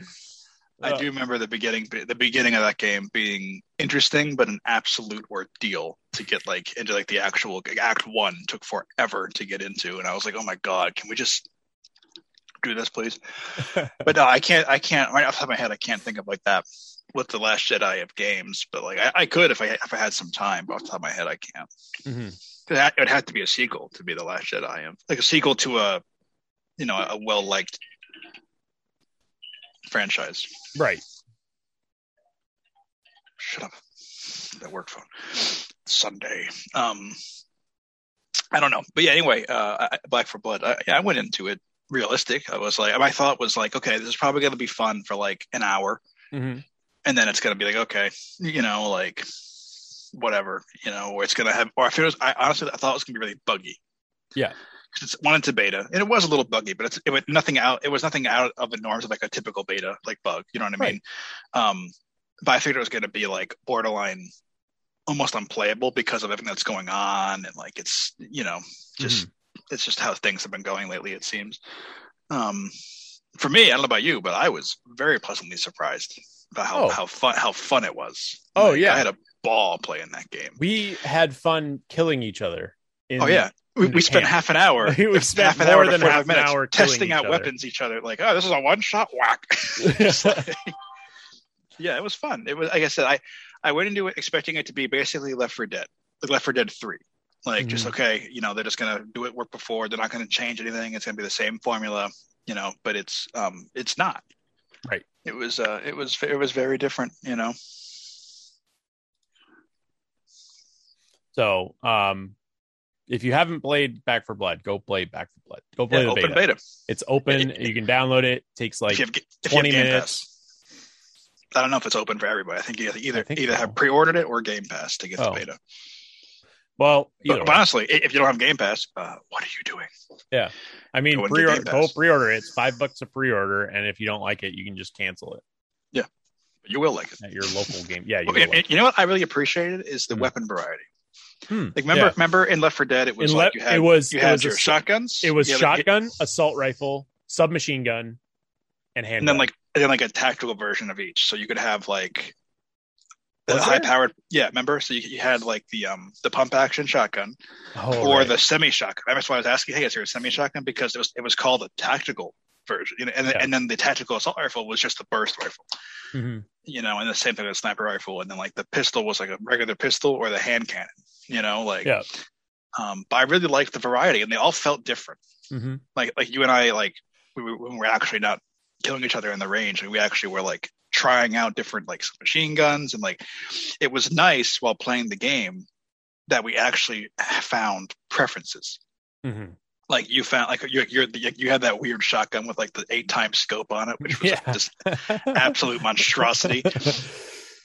Uh,
I do remember the beginning the beginning of that game being interesting, but an absolute ordeal to get like into like the actual like, Act One took forever to get into, and I was like, oh my god, can we just do this, please? but no, I can't. I can't right off the top of my head. I can't think of like that with the Last Jedi of games, but like I, I could if I if I had some time. But off the top of my head, I can't.
Mhm.
That it would have to be a sequel to be the Last Jedi of like a sequel to a you know a well liked franchise.
Right.
shut up that work phone sunday um i don't know but yeah anyway uh I, black for blood I, I went into it realistic i was like my thought was like okay this is probably going to be fun for like an hour
Mhm.
and then it's going to be like okay you know like whatever you know or it's going to have or if it was i honestly i thought it was going to be really buggy
Yeah.
'Cause it's one into beta and it was a little buggy but it's it was nothing out it was nothing out of the norms of like a typical beta like bug you know what i mean um but i figured it was going to be like borderline almost unplayable because of everything that's going on and like it's you know
Mm-hmm.
just it's just how things have been going lately it seems um for me i don't know about you but i was very pleasantly surprised about how,
Oh.
how fun how fun it was
Oh,
Like,
yeah.
i had a ball playing that game
We had fun killing each other. in-
oh yeah we,
in
we spent
Japan.
half an hour
we spent
half an
more
hour to
than
45
half an
minutes
hour killing
testing
each
out
other.
weapons each other like oh this is a one shot whack It's like- yeah it was fun it was like i said i i went into it expecting it to be basically left for dead like left for dead 3 like just
Mhm.
okay you know they're just gonna do it work before they're not gonna change anything it's gonna be the same formula you know but it's um it's not
Right.
it was uh it was it was very different you know
So, um, if you haven't played Back for Blood, go play Back for Blood. Go play
Yeah,
the
open
beta.
beta,
It's open. you can download it. Takes like
if you have, if you
20
have game
minutes.
pass I don't know if it's open for everybody. I think you have to either
I think
either
so.
have pre-ordered it or Game Pass to get the
Oh.
beta.
Well, either
But,
way.
honestly, i- if you don't have Game Pass, uh, what are you doing?
I mean,
go and get
pre-order,
Game
go
Pass.
pre-order it. It's five bucks to pre-order, and if you don't like it, you can just cancel it
You will like it.
at your local game. Yeah, you
Well,
will
and-
like
and you know what I really appreciated is the
Hmm.
weapon variety.
Hmm,
Like remember,
yeah.
remember in Left 4 Dead, it was
In
like
le-
you had
it was
you
it
had
was a
your
s-
shotguns.
It was
you had, like,
shotgun, assault rifle, submachine gun, and handgun.
and then like and then like a tactical version of each. So you could have like the
Was
high
there?
powered. Yeah, remember? So you, you had like the um the pump action shotgun
Oh,
or
right.
the semi shotgun. That's why I was asking, hey, is there a semi shotgun? Because it was it was called a tactical version, you know, and
Yeah.
and then the tactical assault rifle was just the burst rifle.
Mhm.
you know, and the same thing with sniper rifle, and then like the pistol was like a regular pistol or the hand cannon, you know, like
Yeah.
Um, but I really liked the variety, and they all felt different.
Mhm.
Like like you and I, like we were, when we're actually not killing each other in the range, and we actually were like trying out different like machine guns, and like it was nice while playing the game that we actually found preferences.
Mhm.
Like you found like you you're, you had that weird shotgun with like the eight time scope on it, which was
Yeah.
just
Mm-hmm.
absolute monstrosity.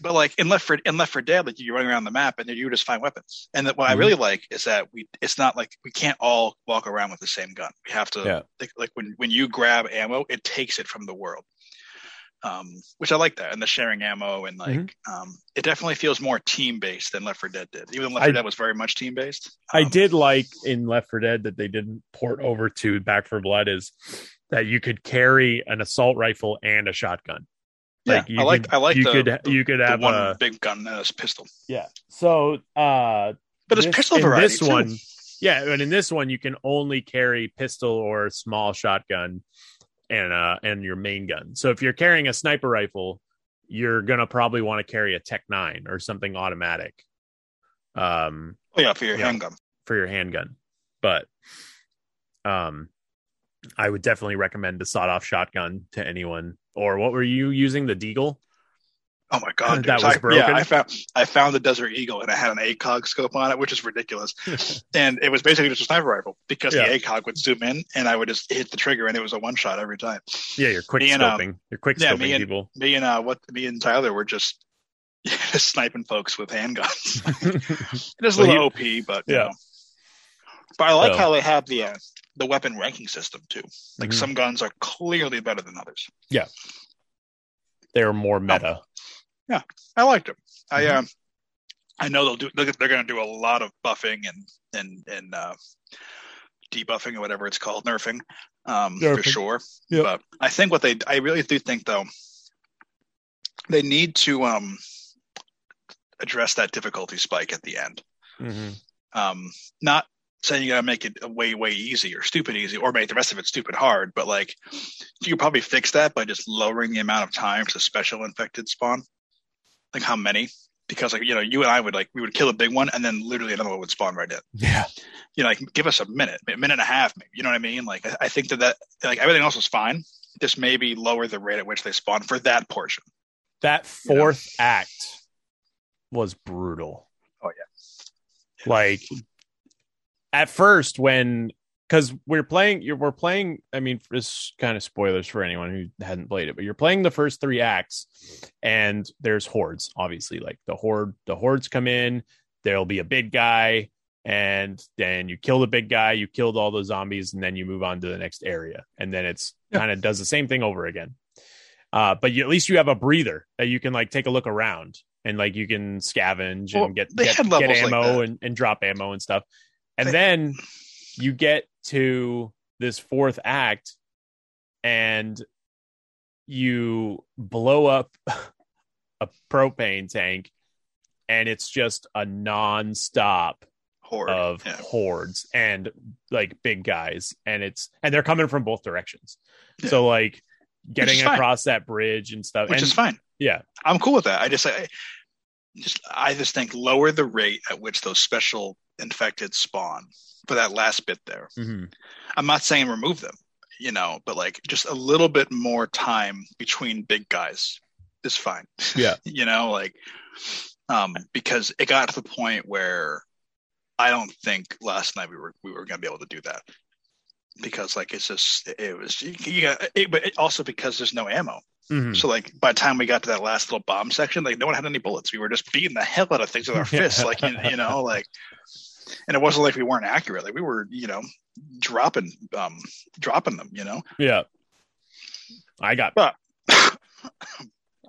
But like in Left 4 in Left 4 Dead, like you're running around the map and you just find weapons. And that what I
Mhm.
really like is that we it's not like we can't all walk around with the same gun. We have to
Yeah.
like, like when when you grab ammo, it takes it from the world. Um, which I like that, and the sharing ammo and like
Mm-hmm.
um, it definitely feels more team based than Left 4 Dead did. Even though Left 4
I-
Dead was very much Um, team based.
I did like in Left 4 Dead that they didn't port over to Back for Blood is that you could carry an assault rifle and a shotgun.
Yeah,
you
I liked
could,
I liked
you
the,
could
the-
you could
the
have
one
a
big gun and this pistol.
yeah. So uh
But it's
this-
pistol
in
variety.
This
too.
one, yeah, and in this one you can only carry pistol or small shotgun and uh and your main gun. So if you're carrying a sniper rifle, you're gonna probably want to carry a Tech Nine or something automatic. Um,
Oh, yeah, for your
Yeah.
handgun.
for your handgun. But um I would definitely recommend the sawed off shotgun to anyone. Or what were you using? The Deagle?
Oh my god, dude.
That
So
was
I,
broken?
Yeah, I found I found the Desert Eagle and I had an ACOG scope on it, which is ridiculous. and it was basically just a sniper rifle because
Yeah.
the ACOG would zoom in and I would just hit the trigger and it was a one shot every time.
Yeah, you're quick
Me and, um,
scoping. you're quick
yeah,
scoping
me and-
people.
Me and uh, what me and Tyler were just sniping folks with handguns. it is a
Well,
little OP, but you
Yeah.
know. But I like
So-
how they have the uh, the weapon ranking system too. Like
Mhm.
some guns are clearly better than others.
They're more meta.
I liked them. I
Mhm.
um, I know they'll do. They're, they're going to do a lot of buffing and and and uh, debuffing or whatever it's called, nerfing, um, for
Nerfing.
sure.
Yep.
But I think what they, I really do think though, they need to um, address that difficulty spike at the end.
Mhm.
Um, not saying you got to make it way way easy or stupid easy, or make the rest of it stupid hard, but like you could probably fix that by just lowering the amount of times the special infected spawn. Like how many? Because like you know, you and I would like we would kill a big one and then literally another one would spawn right in.
Yeah.
You know, like give us a minute, a minute and a half, maybe. You know what I mean? Like I, I think that that like everything else was fine. Just maybe lower the rate at which they spawn for that portion.
That fourth act was brutal.
Oh,
yeah. Like at first when because we're playing you're we're playing i mean this kind of spoilers for anyone who hadn't played it but you're playing the first three acts and there's hordes obviously like the horde the hordes come in there'll be a big guy and then you kill the big guy you killed all the zombies and then you move on to the next area and then it's kind of does the same thing over again uh but you, at least you have a breather that you can like take a look around and like you can scavenge
Well,
and get
they
get,
had
get
levels like
ammo
that.
and, and drop ammo and stuff and
They-
then you get to this fourth act and you blow up a propane tank and it's just a non-stop
Horde.
of
yeah.
hordes and like big guys and it's and they're coming from both directions so like getting
is fine.
across that bridge and stuff
Which
and
is fine.
yeah.
I'm cool with that. I just I just I just think lower the rate at which those special infected spawn for that last bit there.
Mhm.
I'm not saying remove them, you know, but like just a little bit more time between big guys is fine.
Yeah.
you know, like um because it got to the point where I don't think last night we were we were going to be able to do that. Because like it's just it was you, you got it, but it, also because there's no ammo.
Mhm.
So like by the time we got to that last little bomb section, like no one had any bullets. We were just beating the hell out of things with our fists, like you, you know, like. And it wasn't like we weren't accurate. Like we were, you know, dropping, um, dropping them. You know,
yeah i got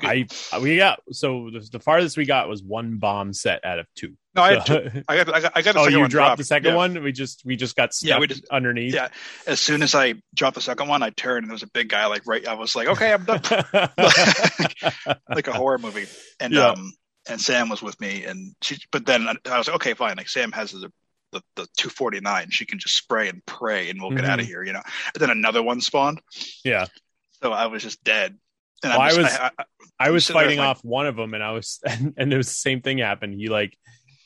i we got so the, the farthest we got was one bomb set out of two
no, I, had
So-
two, I got, I got, I got. The
Uh-huh. oh
second
you
one
dropped, the second
Yeah.
one we just we just got stuck
Yeah, we just-
underneath
Yeah. As soon as I dropped the second one, I turned and there was a big guy. Like right, I was like, okay, I'm done. like a horror movie. And
Yeah.
um and Sam was with me and she but then I, I was like, okay, fine. Like Sam has the the, the 249. She can just spray and pray and we'll get
Mhm.
out of here, you know. And then another one spawned.
Yeah.
So I was just dead. And
Well, I
I, was,
was-
I, I-
I was
sitting there
fighting
like-
off one of them, and I was, and, and it was the same thing happened. He like,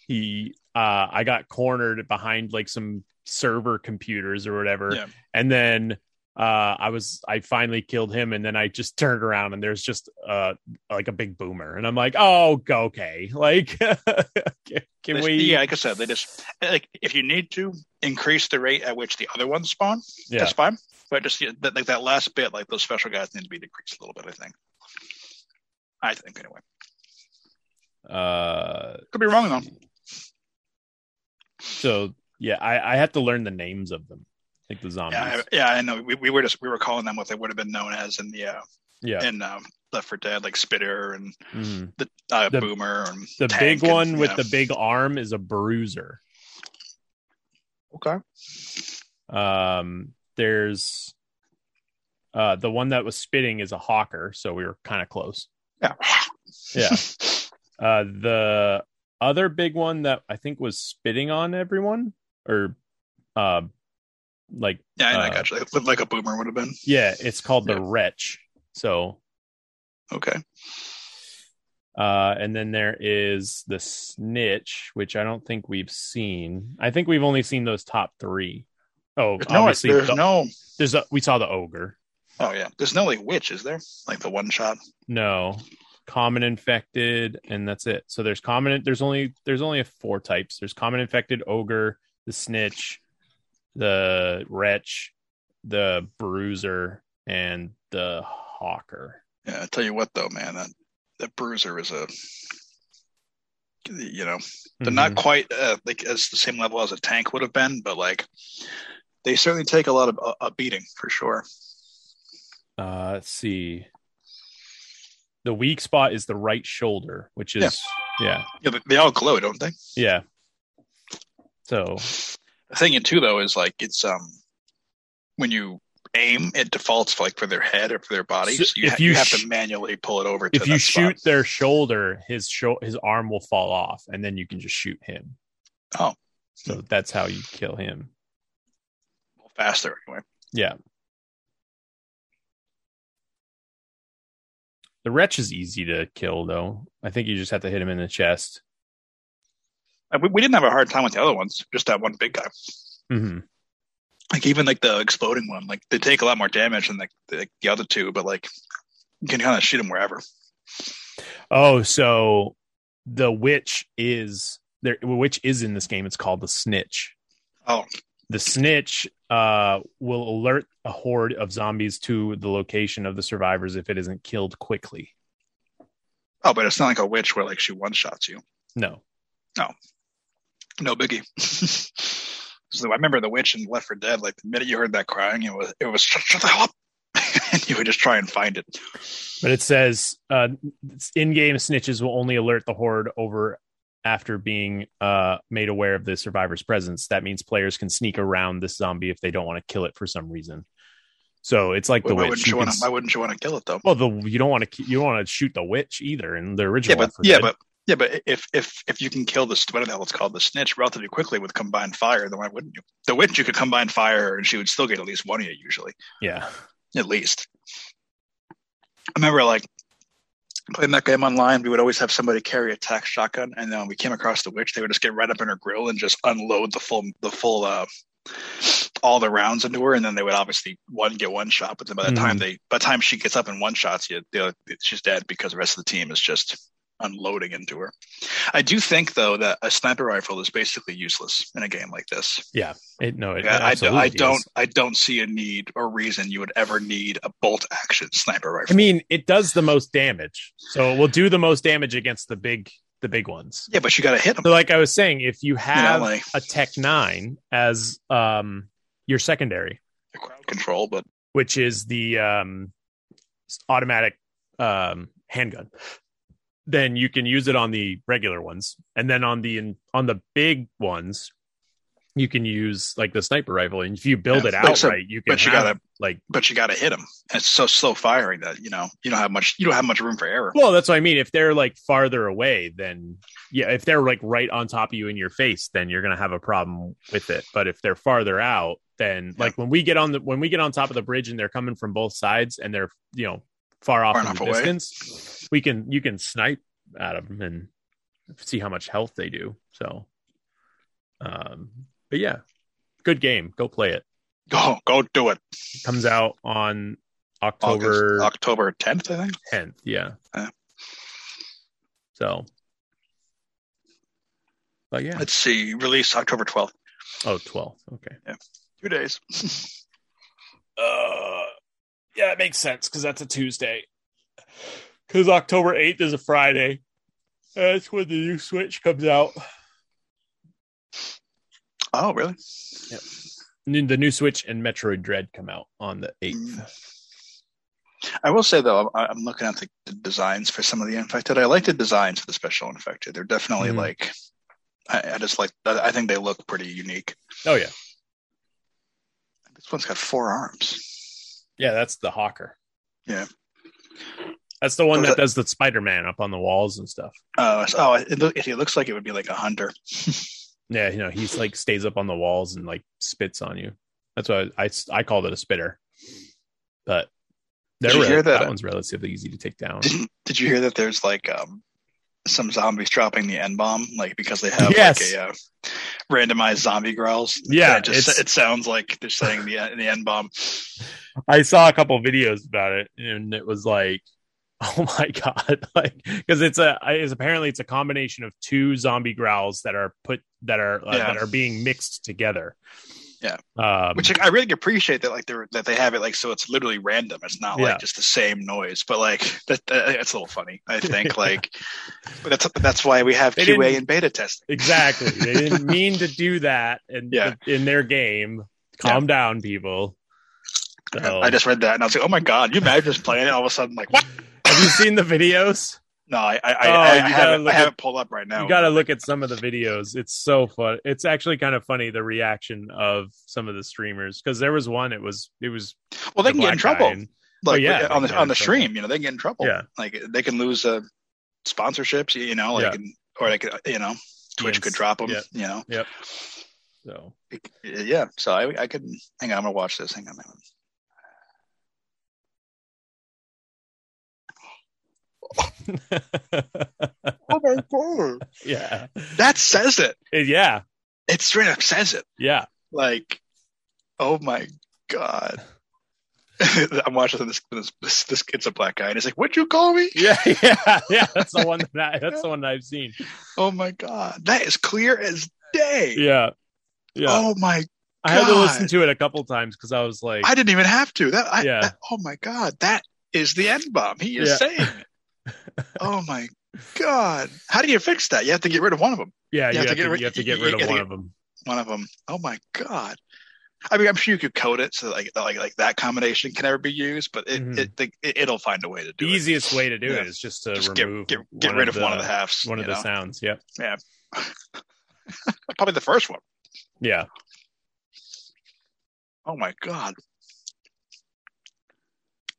he, uh, I got cornered behind like some server computers or whatever,
Yeah.
and then uh, I was I finally killed him, and then I just turned around and there's just uh like a big boomer, and I'm like, oh go- okay, like can, can
They-
we?
yeah, like I said, they just like if you need to increase the rate at which the other ones spawn,
Yeah.
that's fine. But just yeah, that, like that last bit, like those special guys need to be decreased a little bit. I think. I think anyway.
Uh,
Could be wrong though.
so yeah, I I have to learn the names of them, like the zombies.
Yeah, I, yeah, I know. We, we were just we were calling them what they would have been known as in the uh,
yeah.
in um, Left for Dead, like Spitter and
Mhm.
the, uh,
The-
Boomer and
The
Tank
big
and,
one
you
with
know.
the big arm is a bruiser.
okay.
Um, there's uh, the one that was spitting is a hawker, so we were kind of close.
Yeah.
Yeah. Uh, the other big one that I think was spitting on everyone, or uh, like
Yeah, I, know, I
Uh,
got you. Like, like a boomer would have been.
yeah, it's called the
Yeah.
wretch. So,
Okay.
uh, and then there is the snitch, which I don't think we've seen. I think we've only seen those top three. Oh,
There's no,
obviously,
there's
the-
no.
there's a, we saw the ogre.
Oh yeah. There's no like witch, is there? Like the one shot.
No. Common infected, and that's it. So there's common there's only there's only four types. There's common infected, ogre, the snitch, the wretch, the bruiser, and the hawker.
Yeah. I tell you what though, man, that that bruiser is a. You know, they're
Mm-hmm.
not quite uh, like as the same level as a tank would have been, but like they certainly take a lot of a, a beating for sure.
uh let's see. The weak spot is the right shoulder, which is yeah.
Yeah, they, they all glow, don't they?
Yeah. So
The thing too though is like it's um when you aim, it defaults for, like for their head or for their body.
So
So you,
if
ha-
you
you have
sh-
to manually pull it over. To
if you
that spot.
shoot their shoulder, his sho- his arm will fall off, and then you can just shoot him.
Oh.
so that's how you kill him.
faster anyway.
Yeah. The wretch is easy to kill, though. I think you just have to hit him in the chest.
And We, we didn't have a hard time with the other ones, just that one big guy.
hmm
Like even like the exploding one, like they take a lot more damage than like the, the other two, but like you can kind of shoot them wherever.
Oh, so the witch is there. Witch is in this game. It's called the snitch.
Oh.
the snitch uh, will alert a horde of zombies to the location of the survivors if it isn't killed quickly.
Oh, but it's not like a witch where like she one shots you.
No,
No biggie. so I remember the witch in Left for Dead. Like the minute you heard that crying, it was it was shut, shut the hell up, and you would just try and find it.
But it says uh, in-game snitches will only alert the horde over after being uh, made aware of the survivor's presence. That means players can sneak around this zombie if they don't want to kill it for some reason. So it's like
Why,
the
why
witch.
wouldn't
You
you
can
want
s-
to? Why wouldn't you want to kill it though?
well, the you don't want to you don't want to shoot the witch either in the
Yeah,
original.
but
Left 4
yeah,
Dead.
but yeah, but if if if you can kill this whatever the hell it's called, the snitch relatively quickly with combined fire, then why wouldn't you? The witch you could combine fire and she would still get at least one of you usually.
yeah,
At least. I remember like playing that game online, we would always have somebody carry a tax shotgun and then when we came across the witch, they would just get right up in her grill and just unload the full the full uh all the rounds into her, and then they would obviously one get one shot. But then by the time they, by the time she gets up and one shots you, the other- she's dead because the rest of the team is just unloading into her. I do think though that a sniper rifle is basically useless in a game like this.
it, no, it,
Yeah, I, do, I
absolutely
don't.
is.
I don't see a need or reason you would ever need a bolt action sniper
I
rifle.
mean, it does the most damage, so it will do the most damage against the big the big ones.
yeah, but you got to hit them.
So, like I was saying, if you
You know,
have
like
a Tech Nine as um, your secondary,
crowd control, but
which is the um, automatic um, handgun. Then you can use it on the regular ones, and then on the on the big ones, you can use like the sniper rifle. And if you build
Yeah,
it
like,
outright,
so-
you can
but you
have,
gotta-
like.
but you got to hit them. It's so slow firing that you know you don't have much. You don't have much room for error.
Well, that's what I mean. If they're like farther away, then yeah, if they're like right on top of you in your face, then you're gonna have a problem with it. But if they're farther out, then
Yeah.
like when we get on the when we get on top of the bridge and they're coming from both sides and they're you know far off
Far
in
enough
the
away.
distance, we can you can snipe at them and see how much health they do. So Um, but yeah, good game. Go play it.
Go go do it.
It comes out on October
August, October 10th, I think.
10th. Yeah.
Yeah.
So, but yeah.
Let's see. Release October 12th.
Oh, 12th. Okay.
Two days.
Uh, yeah, it makes sense because that's a Tuesday. Because October 8th is a Friday. That's when the new Switch comes out.
Oh, really?
The new Switch and Metroid Dread come out on the 8th.
I will say though, I'm, I'm looking at the, the designs for some of the infected. I like the designs for the special infected. They're definitely
Mhm.
like, I, I just like. I I think they look pretty unique.
Oh, yeah.
This one's got four arms.
Yeah, that's the Hawker.
Yeah.
That's the one
Was
that
that-
does the Spider Man up on the walls and stuff.
Oh, it's- oh, it, look, it looks like it would be like a hunter.
Yeah, you know, he's like stays up on the walls and like spits on you. That's why I, I, called it a spitter. But
Did
they're
you hear
rel-
that?
that one's relatively easy to take down.
Did, did you hear that? There's like um, some zombies dropping the n bomb, like because they have
Yes.
like a uh, randomized zombie growls.
Yeah,
it just
it's-
it sounds like they're saying the the n bomb.
I saw a couple videos about it, and it was like, oh my god, like because it's a it's apparently it's a combination of two zombie growls that are put that are uh,
Yeah.
that are being mixed together.
Yeah.
um,
Which like, I really appreciate that, like they're that they have it like so it's literally random. It's not
Yeah.
like just the same noise, but like that, that it's a little funny. I think like, but that's but that's why we have
They
QA
didn't-
and beta testing.
exactly. They didn't mean to do that, and
Yeah.
in their game, calm down, people. So-
I just read that and I was like, oh my god, you imagine just playing it all of a sudden like what?
have you seen the videos?
No, I I,
Oh,
I, I
you gotta
haven't I
look at-
haven't pulled up right now.
You got to look at some of the videos. It's so fun. It's actually kind of funny the reaction of some of the streamers because there was one. It was it was
well, they
the
can get
black
in
guy
trouble.
and-
like
yeah,
on
they
the
can
on
in trouble.
the stream. You know, they can get in trouble.
Yeah.
like they can lose uh, sponsorships. You know, like
Yeah.
and, or like you know, Twitch
Yes.
could drop them.
Yep.
You know,
So
It- yeah. So I I could hang on. I'm gonna watch this. Hang on. Hang on. Oh my god,
yeah,
that says it.
yeah,
It straight up says it.
yeah.
Like, oh my god. I'm watching this, this. This this kid's a black guy, and he's like, "What'd you call me?
Yeah, yeah, yeah. That's the one that I, that's the one that I've seen.
Oh my god, that is clear as day.
Yeah, yeah.
Oh my
I had to
God.
listen to it a couple times because I was like,
I didn't even have to. That, I,
Yeah.
that- oh my god, that is the end bomb. He is
Yeah.
saying it. Oh my god, how do you fix that? You have to get rid of one of them.
yeah, you have,
have to
to,
get rid-
you have to get
you
rid
gotta
of one
get-
of them.
One of them. Oh my god. I mean, I'm sure you could code it so like like like that combination can never be used, but it
Mhm.
it, it it'll find a way to
The
do it.
easiest way to do
Yeah.
it is just to
Just get
remove
get, get rid of, one of the halves.
one of
you
the
know?
sounds. Yep.
probably the first one.
Yeah.
Oh my god.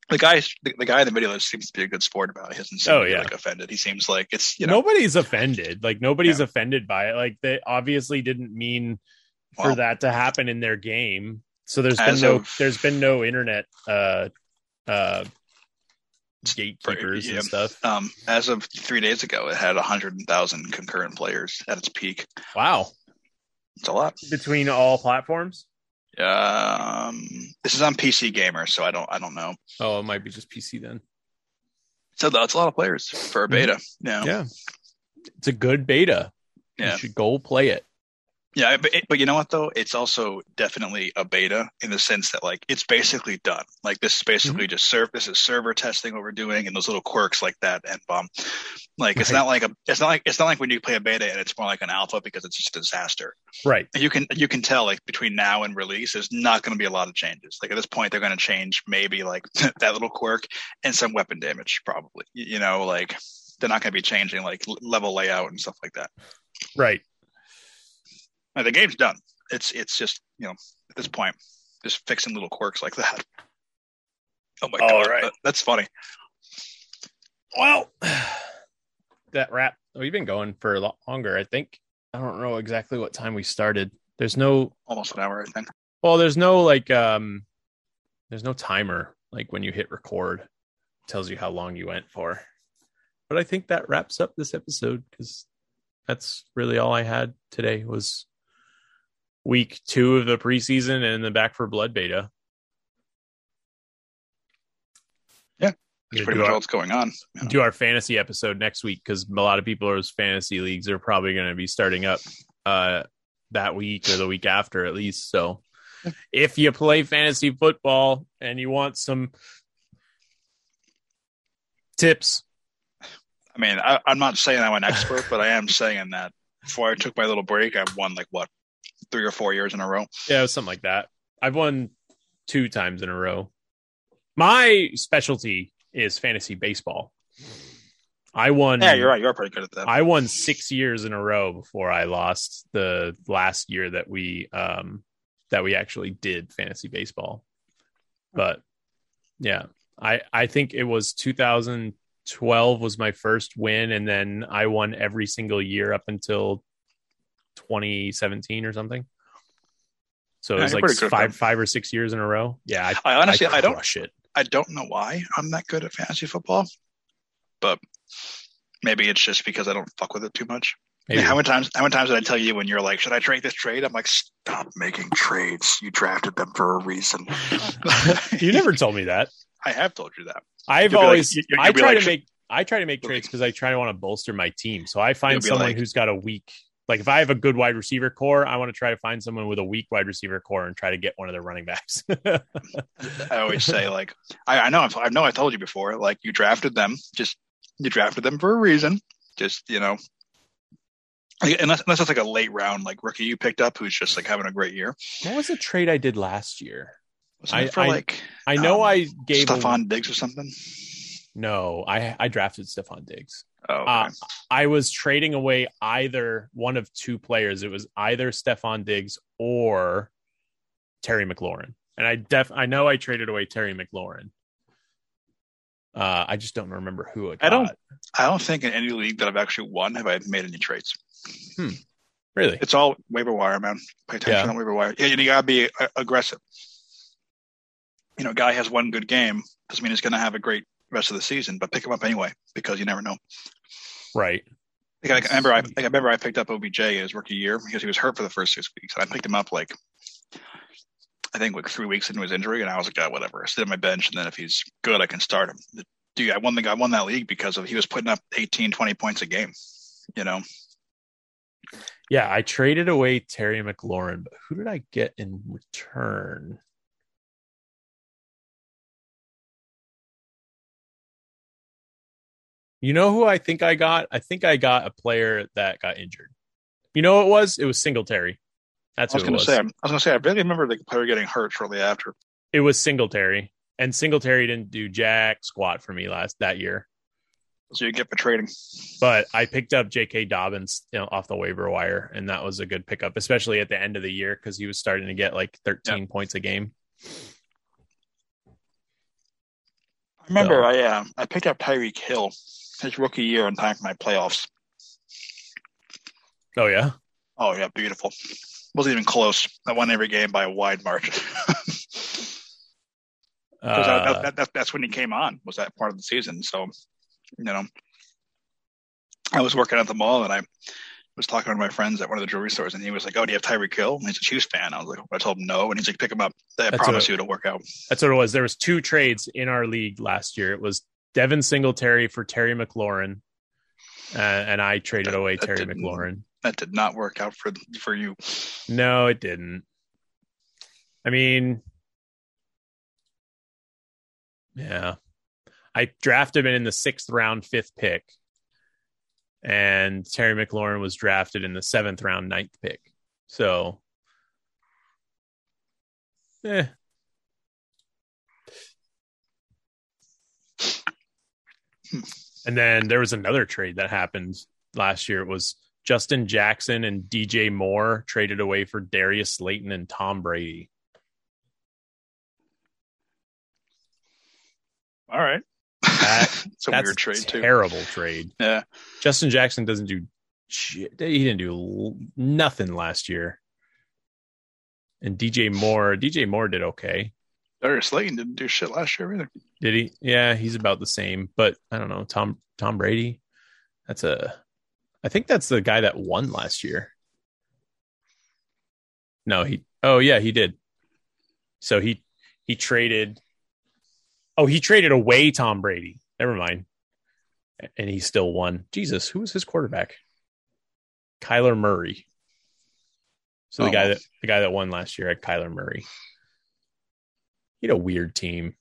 The guy, the, the guy in the video seems to be a good sport about it. He doesn't seem
Oh,
to be,
yeah.
like offended. He seems like it's you know
Nobody's offended. Like nobody's offended by it. Like they obviously didn't mean for
Well-
that to happen in their game. So there's been
As
no
of-
there's been no internet uh uh gatekeepers
yeah.
and stuff.
Um, as of three days ago, it had 100,000 concurrent players at its peak.
Wow.
It's a lot.
Between all platforms?
Um, this is on PC Gamer, so I don't, I don't know.
Oh, it might be just PC then.
So that's a lot of players for a beta. Yeah,
Yeah. It's a good beta.
Yeah.
You should go play it.
yeah. But, it, but you know what though? It's also definitely a beta in the sense that like it's basically done. Like this is basically just serve. This is server testing what we're doing, and those little quirks like that and bomb. Like it's
Right.
not like a, it's not like it's not like when you play a beta and it's more like an alpha because it's just a disaster.
Right.
you can you can tell like between now and release there's not going to be a lot of changes like at this point they're going to change maybe like that little quirk and some weapon damage probably Y- you know like they're not going to be changing like l- level layout and stuff like that
Right.
Like, the game's done it's it's just you know at this point just fixing little quirks like that oh my
All
god
right.
that- that's funny
Well, that wrap. We've been going for a lot longer, I think. I don't know exactly what time we started. There's no
almost an hour i think
Well, there's no like um there's no timer like when you hit record it tells you how long you went for. But I think that wraps up this episode cuz that's really all I had today was week two of the preseason and then back for blood beta.
That's
Yeah,
pretty
do
much
I-
all that's going on. Yeah.
do our fantasy episode next week because a lot of people people's fantasy leagues are probably going to be starting up uh, that week or the week after at least. So if you play fantasy football and you want some tips,
I mean, I, I'm not saying I'm an expert, but I am saying that before I took my little break, I've won like what three or four years in a row.
yeah, something like that. I've won two times in a row. My specialty is fantasy baseball. I won.
Yeah, you're right. You are pretty good at that.
I won six years in a row before I lost the last year that we um that we actually did fantasy baseball. But yeah, I I think it was 2012 was my first win, and then I won every single year up until 2017 or something. So it
Yeah,
was
you're
like
pretty good,
five
man.
five or six years in a row. Yeah, I,
I honestly, I, don't,
crush it.
I don't know why I'm that good at fantasy football, but maybe it's just because I don't fuck with it too much.
Maybe.
How many times? How many times did I tell you when you're like, "Should I trade this trade?" I'm like, "Stop making trades. You drafted them for a reason."
you never told me that.
I have told you that.
I've
You'll be like-
always
you- you'll
I
be
try
like-
to make I try to make
You'll
trades because I try to want to bolster my team. So I find
You'll be
someone
like-
who's got a weak like if I have a good wide receiver core, I want to try to find someone with a weak wide receiver core and try to get one of their running backs.
I always say like, I, I know, I've, I know, I told you before. Like, you drafted them. Just you drafted them for a reason. Just you know, Like, unless unless it's like a late round like rookie you picked up who's just like having a great year.
what was the trade I did last year?
Wasn't
I-
it for
I
like
I know
Um,
I gave
Stephon Diggs or something?
no, I I drafted Stephon Diggs.
Oh, okay.
Uh, I was trading away either one of two players. It was either Stefan Diggs or Terry McLaurin. And I def I know I traded away Terry McLaurin. Uh, I just don't remember who it
I don't-
got.
I don't think in any league that I've actually won have I made any trades.
really.
It's all waiver wire, man. Pay attention
Yeah.
on waiver wire. Yeah, you gotta be uh, aggressive. You know, guy has one good game doesn't mean he's gonna have a great rest of the season, but pick him up anyway because you never know.
Right.
Like, I- I remember, I, like, I remember I picked up OBJ in his rookie year because he was hurt for the first six weeks, and I picked him up like I think like three weeks into his injury, and I was like, oh, whatever, sit on my bench, and then if he's good, I can start him. Dude, I won the I won that league because of he was putting up 18, 20 points a game. You know,
Yeah, I traded away Terry McLaurin, but who did I get in return? You know who I think I got? I think I got a player that got injured. You know what it was? It was Singletary. That's
I was
what it
gonna
was.
say, I was gonna say, I really remember the player getting hurt shortly after.
It was Singletary, and Singletary didn't do jack squat for me last that year.
So you get for trading.
but I picked up J.K. Dobbins you know, off the waiver wire, and that was a good pickup, especially at the end of the year because he was starting to get like 13 points a game.
I
So-
remember I uh, I picked up Tyreek Hill his rookie year in time for my playoffs.
Oh yeah,
Oh yeah, beautiful. Wasn't even close. I won every game by a wide margin. 'Cause that- that-
uh,
that- that- that's when he came on. Was that part of the season? So, you know, I was working at the mall and I was talking to my friends at one of the jewelry stores, and he was like, "Oh, do you have Tyreek Hill?" And he's a Chiefs fan. I was like, I told him no, and he's like, "Pick him up. I
That's
promise
what-
you it'll work out."
that's what it was. There was two trades in our league last year. It was Devin Singletary for Terry McLaurin, uh, and I traded
That-
away
that
Terry
didn't-
McLaurin.
That did not work out for for you.
No, it didn't. I mean, yeah, I drafted him in the sixth round, fifth pick, and Terry McLaurin was drafted in the seventh round, ninth pick. So, eh. And then there was another trade that happened last year. It was Justin Jackson and DJ Moore traded away for Darius Slayton and Tom Brady.
All right,
That-
it's a
That's
weird trade too.
terrible trade.
Yeah.
Justin Jackson doesn't do shit. He didn't do l- nothing last year. And DJ Moore, DJ Moore did okay.
Darius Slayton didn't do shit last year either.
Did he? Yeah, he's about the same, but I don't know. Tom Tom Brady. That's a I think that's the guy that won last year. No, he. Oh yeah, he did. So he he traded. Oh, he traded away Tom Brady. Never mind. And he still won. Jesus, who was his quarterback? Kyler Murray. So the guy that
Almost.
the guy that won last year at Kyler Murray. He had a weird team.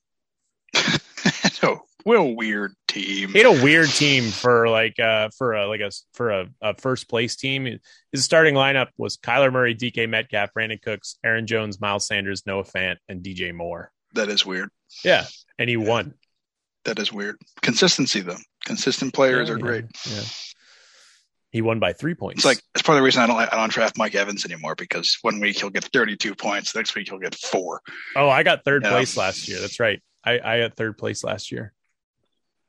no, we're a weird team.
He had a weird team for like uh for a like a for a, a first place team. His starting lineup was Kyler Murray, DK Metcalf, Brandon Cooks, Aaron Jones, Miles Sanders, Noah Fant, and DJ Moore.
That is weird.
Yeah, and he won.
That is weird. Consistency though. Consistent players are
Yeah,
great.
Yeah. He won by three points.
It's like it's probably the reason I don't I don't draft Mike Evans anymore because one week he'll get 32 points, next week he'll get four.
oh, I got third
Yeah.
place last year. That's right. I, I got third place last year.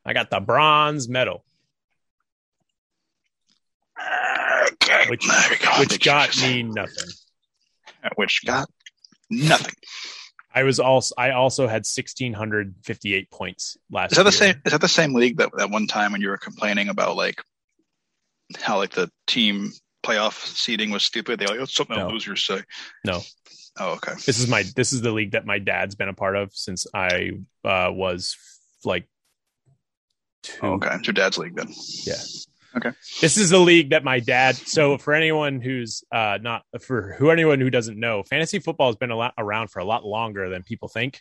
I got the bronze medal,
Okay,
Which-
there we go. I
which
think
got
she's-
me nothing.
Which got nothing.
I was also I also had sixteen hundred fifty eight points last.
Is that the
year.
same? Is that the same league that that one time when you were complaining about like how like the team playoff seeding was stupid? They like "Oh, it's something
No.
the losers say.
No.
Oh, okay.
This is my this is the league that my dad's been a part of since I uh, was like two.
Oh, okay, it's your dad's league then.
Yeah. This is the league that my dad. So for anyone who's uh, not for who anyone who doesn't know, fantasy football has been a lot, around for a lot longer than people think.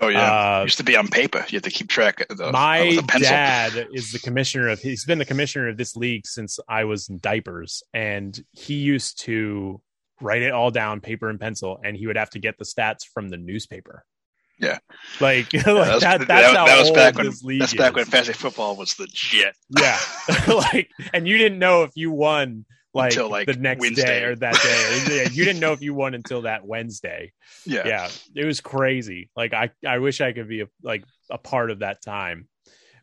Oh yeah.
Uh,
it used to be on paper. You have to keep track of the
my
with a pencil.
dad is the commissioner of he's been the commissioner of this league since I was in diapers and he used to write it all down paper and pencil and he would have to get the stats from the newspaper.
Yeah.
Like, like
was-
that,
that-
that's how
that was
old
back when-
this league
That's back
is.
when fantasy football was legit.
Yeah. like and you didn't know if you won like,
Until, like,
the next
Wednesday.
day or that day. yeah, you didn't know if you won until that Wednesday.
yeah.
Yeah. It was crazy. Like I I wish I could be a, like a part of that time.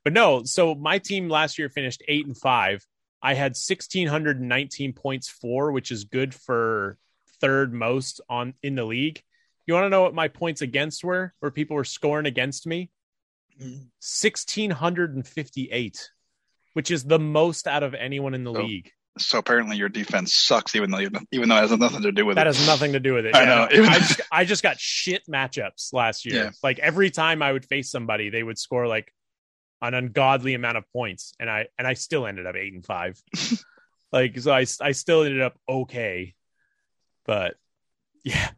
But no, so my team last year finished 8 and 5. I had 1619 points for, which is good for third most on in the league. You want to know what my points against were? Where people were scoring against me? 1658 which is the most out of anyone in the
Oh,
league
So apparently your defense sucks, even though you, even though it has nothing to do with
that
it.
has nothing to do with it
I
Yeah.
know.
I, just, I just got shit matchups last year
Yeah.
like every time i would face somebody they would score like an ungodly amount of points and i and i still ended up eight and five like so i i still ended up okay but yeah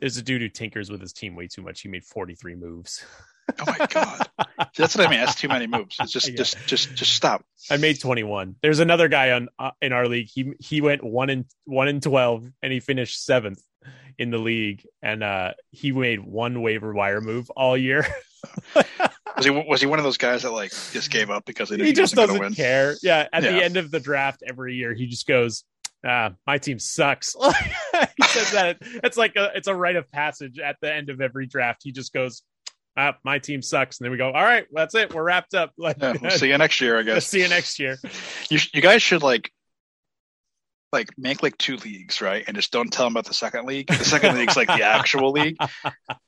there's a dude who tinkers with his team way too much he made 43 moves
oh my god, that's what I mean. That's too many moves. It's just,
Yeah.
just, just, just stop.
I made 21. There's another guy on uh, in our league. He he went 1 in 1 in 12 and he finished 7th in the league and uh he made one waiver wire move all year.
Was he was he one of those guys that like just gave up because they
he just
wasn't gonna
doesn't
win?
care. Yeah, at the
Yeah.
end of the draft every year he just goes, "Ah, my team sucks." he says that it's like a, it's a rite of passage at the end of every draft. He just goes, "Ah, my team sucks." And then we go, "All right, that's it. We're wrapped up." Like
Yeah, we'll see you next year, I guess.
see you next year.
You, sh- you guys should like, like make like two leagues, right? And just don't tell him about the second league. The second league's like the actual league,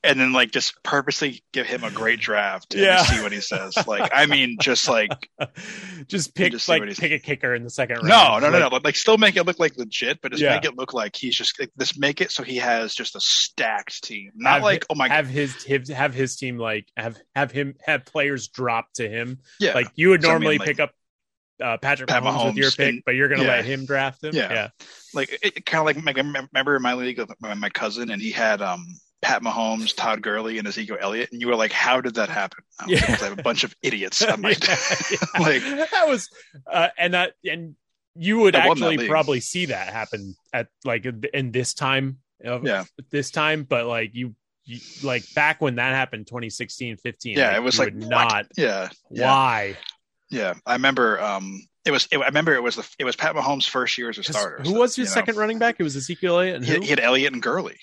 and then like just purposely give him a great draft and
Yeah.
just see what he says. Like, I mean, just like
just pick
just see
like
what he's-
pick a kicker in the second round.
no, no, no,
Like,
no. But like, still make it look like legit, but just
Yeah.
make it look like he's just like, just make it so he has just a stacked team, not
Have
like oh my god,
Have his his- have his team like have have him have players drop to him.
yeah,
Like you would
So, I mean,
normally
like,
pick up uh, Patrick
Pat
Mahomes, with
Mahomes
your pick,
and-
but you're gonna
yeah.
let him draft him.
Yeah. like it, kind of like my, I remember in my league of my, my cousin and he had um Pat Mahomes, Todd Gurley, and Ezekiel Elliott, and you were like, how did that happen? I was
Yeah.
like, 'Cause I have a bunch of idiots on my
Yeah, yeah.
like
that was uh, and that and you would
I won that
actually
league.
probably see that happen at like in this time of
yeah,
this time, but like you. You, like back when that happened 2016 15
yeah. It was
you
like
would
what?
not
yeah, yeah.
why
Yeah, I remember. Um, it was. It, I remember it was the. It was Pat Mahomes' first year as a
'Cause
starter.
Who
so,
was his
you know,
second running back? It was Ezekiel Elliott. And
He,
who?
he had Elliott and Gurley.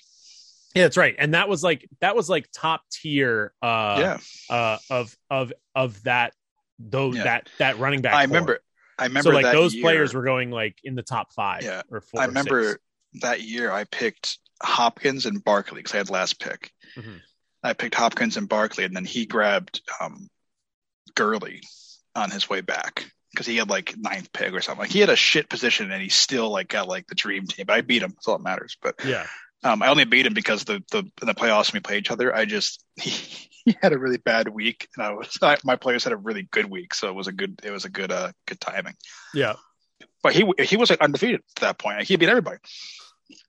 yeah, that's right. And that was like that was like top tier. Uh,
yeah,
uh, of of of that though
Yeah.
that that running back.
I
core.
remember. I remember
so like
that
those
year-
players were going like in the top five.
Yeah.
or four.
I
or
remember
six.
that year I picked Hopkins and Barkley because I had last pick.
Mhm.
I picked Hopkins and Barkley, and then he grabbed um, Gurley on his way back because he had like ninth pick or something. Like he had a shit position, and he still like got like the dream team. But I beat him. That's all that matters. But
Yeah,
Um, I only beat him because the the in the playoffs when we play each other. I just he, he had a really bad week, and I was I, my players had a really good week, so it was a good it was a good uh good timing.
Yeah.
But he he was like undefeated at that point. Like, he beat everybody.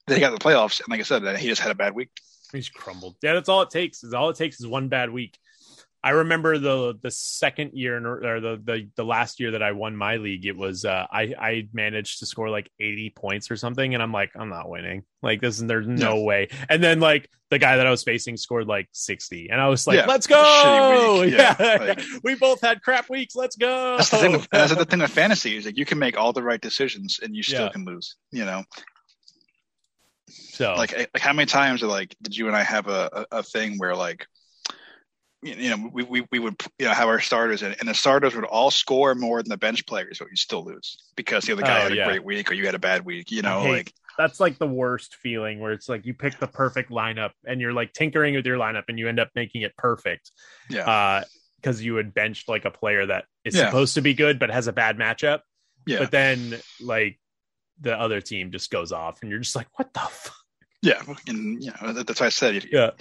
Then he got to the playoffs, and like I said, then he just had a bad week.
He's crumbled. Yeah, that's all it takes. Is all it takes is one bad week. I remember the the second year in- or the the, the last year that I won my league, it was uh, I I managed to score like eighty points or something, and I'm like I'm not winning. Like this, there's no way. And then like the guy that I was facing scored like sixty, and I was like,
Yeah,
let's
shitty
go.
week.
Yeah,
Yeah, like-
we both had crap weeks. Let's go.
That's the thing. With, that's the thing with fantasy is like you can make all the right decisions, and you still
Yeah.
can lose. You know,
so
like, eh, like how many times like did you and I have a, a, a thing where like you you know we, we, we would you know have our starters and, and the starters would all score more than the bench players but you still lose because the other guy
Oh,
had a
yeah.
great week or you had a bad week you know
hate
like
that's like the worst feeling where it's like you pick the perfect lineup and you're like tinkering with your lineup and you end up making it perfect.
Yeah.
Because you had benched like a player that is
Yeah.
supposed to be good but has a bad matchup.
Yeah.
But then like the other team just goes off and you're just like, what the fuck?
yeah and you know that- that's why I said you-
Yeah.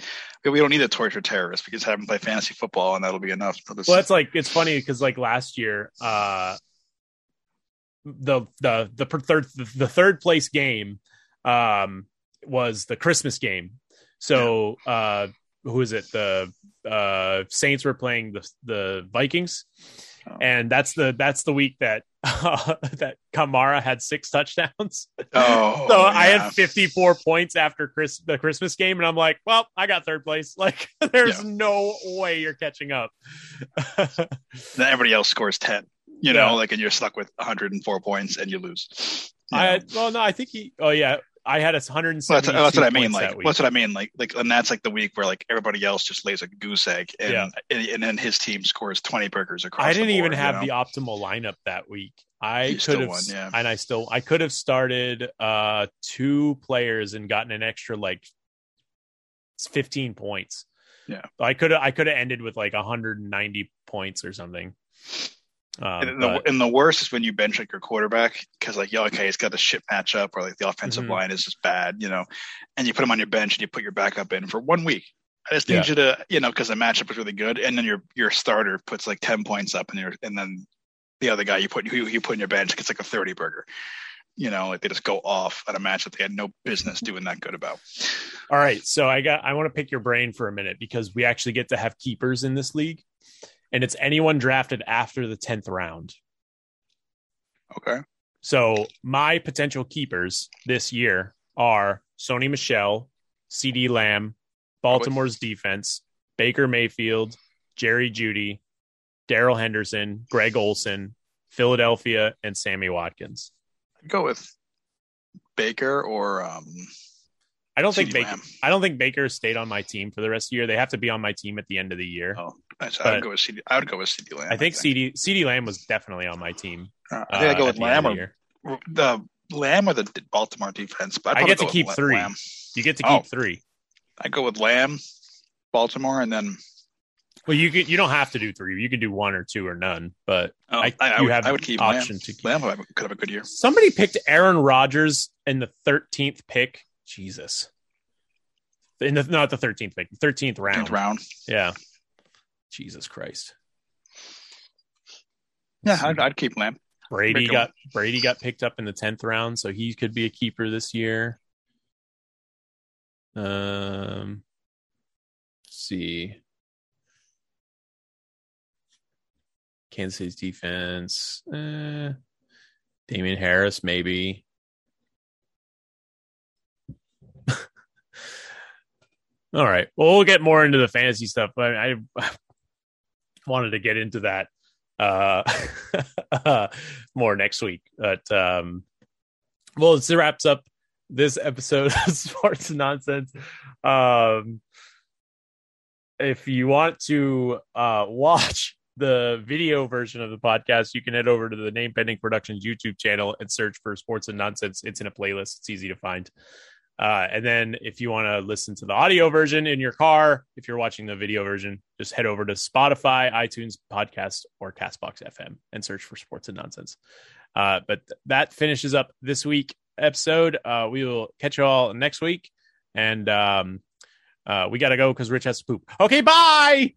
we don't need to torture terrorists because have them play fantasy football and that'll be enough They'll just-
Well, that's like it's funny because like last year, uh, the the the per- third the third place game, um, was the Christmas game. So uh, who is it? The uh Saints were playing the the Vikings,
Oh.
and that's the that's the week that that Kamara had six touchdowns.
oh
so I
yeah.
had 54 points after Chris the Christmas game, and I'm like, well, I got third place. Like, there's no way you're catching up.
then everybody else scores 10 you know
Yeah.
like and you're stuck with 104 points and you lose you know?
I well, no, I think he. Oh yeah, I had a hundred and
Well, that's,
seventy.
that's what I mean. Like,
That week.
that's what I mean. Like, like, and that's like the week where like everybody else just lays a goose egg, and
Yeah.
and, and then his team scores twenty burgers across.
I didn't
the
even
board,
have
you know?
the optimal lineup that week. I
You
could
still
have,
won, yeah.
and I still, I could have started uh two players and gotten an extra like fifteen points.
Yeah.
I could, I could have ended with like hundred and ninety points or something. Um,
And the,
but-
and the worst is when you bench like your quarterback because like yo okay he's got the shit matchup or like the offensive
Mhm.
line is just bad you know, and you put him on your bench and you put your backup in for one week. I just need
Yeah.
you to you know because the matchup is really good and then your your starter puts like ten points up and your and then the other guy you put who you put in your bench gets like a thirty burger. You know, like they just go off on a match that they had no business doing that good about.
All right, so I got I want to pick your brain for a minute because we actually get to have keepers in this league, and it's anyone drafted after the tenth round.
Okay.
So my potential keepers this year are Sony Michelle, CD Lamb, Baltimore's defense, Baker Mayfield, Jerry Judy, Daryl Henderson, Greg Olson, Philadelphia, and Sammy Watkins.
go with Baker or um,
I don't think
CD
Baker
Lamb.
I don't think Baker stayed on my team for the rest of the year. They have to be on my team at the end of the year.
Oh, I, I
But-
would go with CD. I would go with CD Lamb.
I think CD CD Lamb was definitely on my team.
Uh, I think I
uh,
go
at
with
the end of
Lamb
the
or
year.
the Lamb or the D- Baltimore defense. But
I
I
get to keep three. You get to keep
Oh.
three.
I go with Lamb, Baltimore, and then
Well, you could you don't have to do three. You could do one or two or none. But
oh,
I-
I, I
you
would,
have
I would keep
option
Lamb.
to keep.
Lamb would- could have a good year.
Somebody picked Aaron Rodgers in the thirteenth pick. Jesus, in the not the thirteenth pick, thirteenth round.
Tenth round.
Yeah, Jesus Christ.
Yeah, I'd, I'd keep Lamb.
Brady
Make 'em-
got Brady got picked up in the tenth round, so he could be a keeper this year. Um, let's see, Kansas City's defense, uh, Damian Harris maybe. All right. Well, we'll get more into the fantasy stuff, but I, I wanted to get into that uh, more next week. But um, well, this wraps up this episode of Sports Nonsense. Um, if you want to uh, watch the video version of the podcast, you can head over to the Name Pending Productions YouTube channel and search for Sports and Nonsense. It's in a playlist, it's easy to find. Uh, and then, if you want to listen to the audio version in your car, if you're watching the video version, just head over to Spotify, iTunes, Podcast, or Castbox FM and search for Sports and Nonsense. Uh, but th- that finishes up this week episode. Uh, we will catch you all next week. And um, uh, we got to go because Rich has to poop. Okay, bye.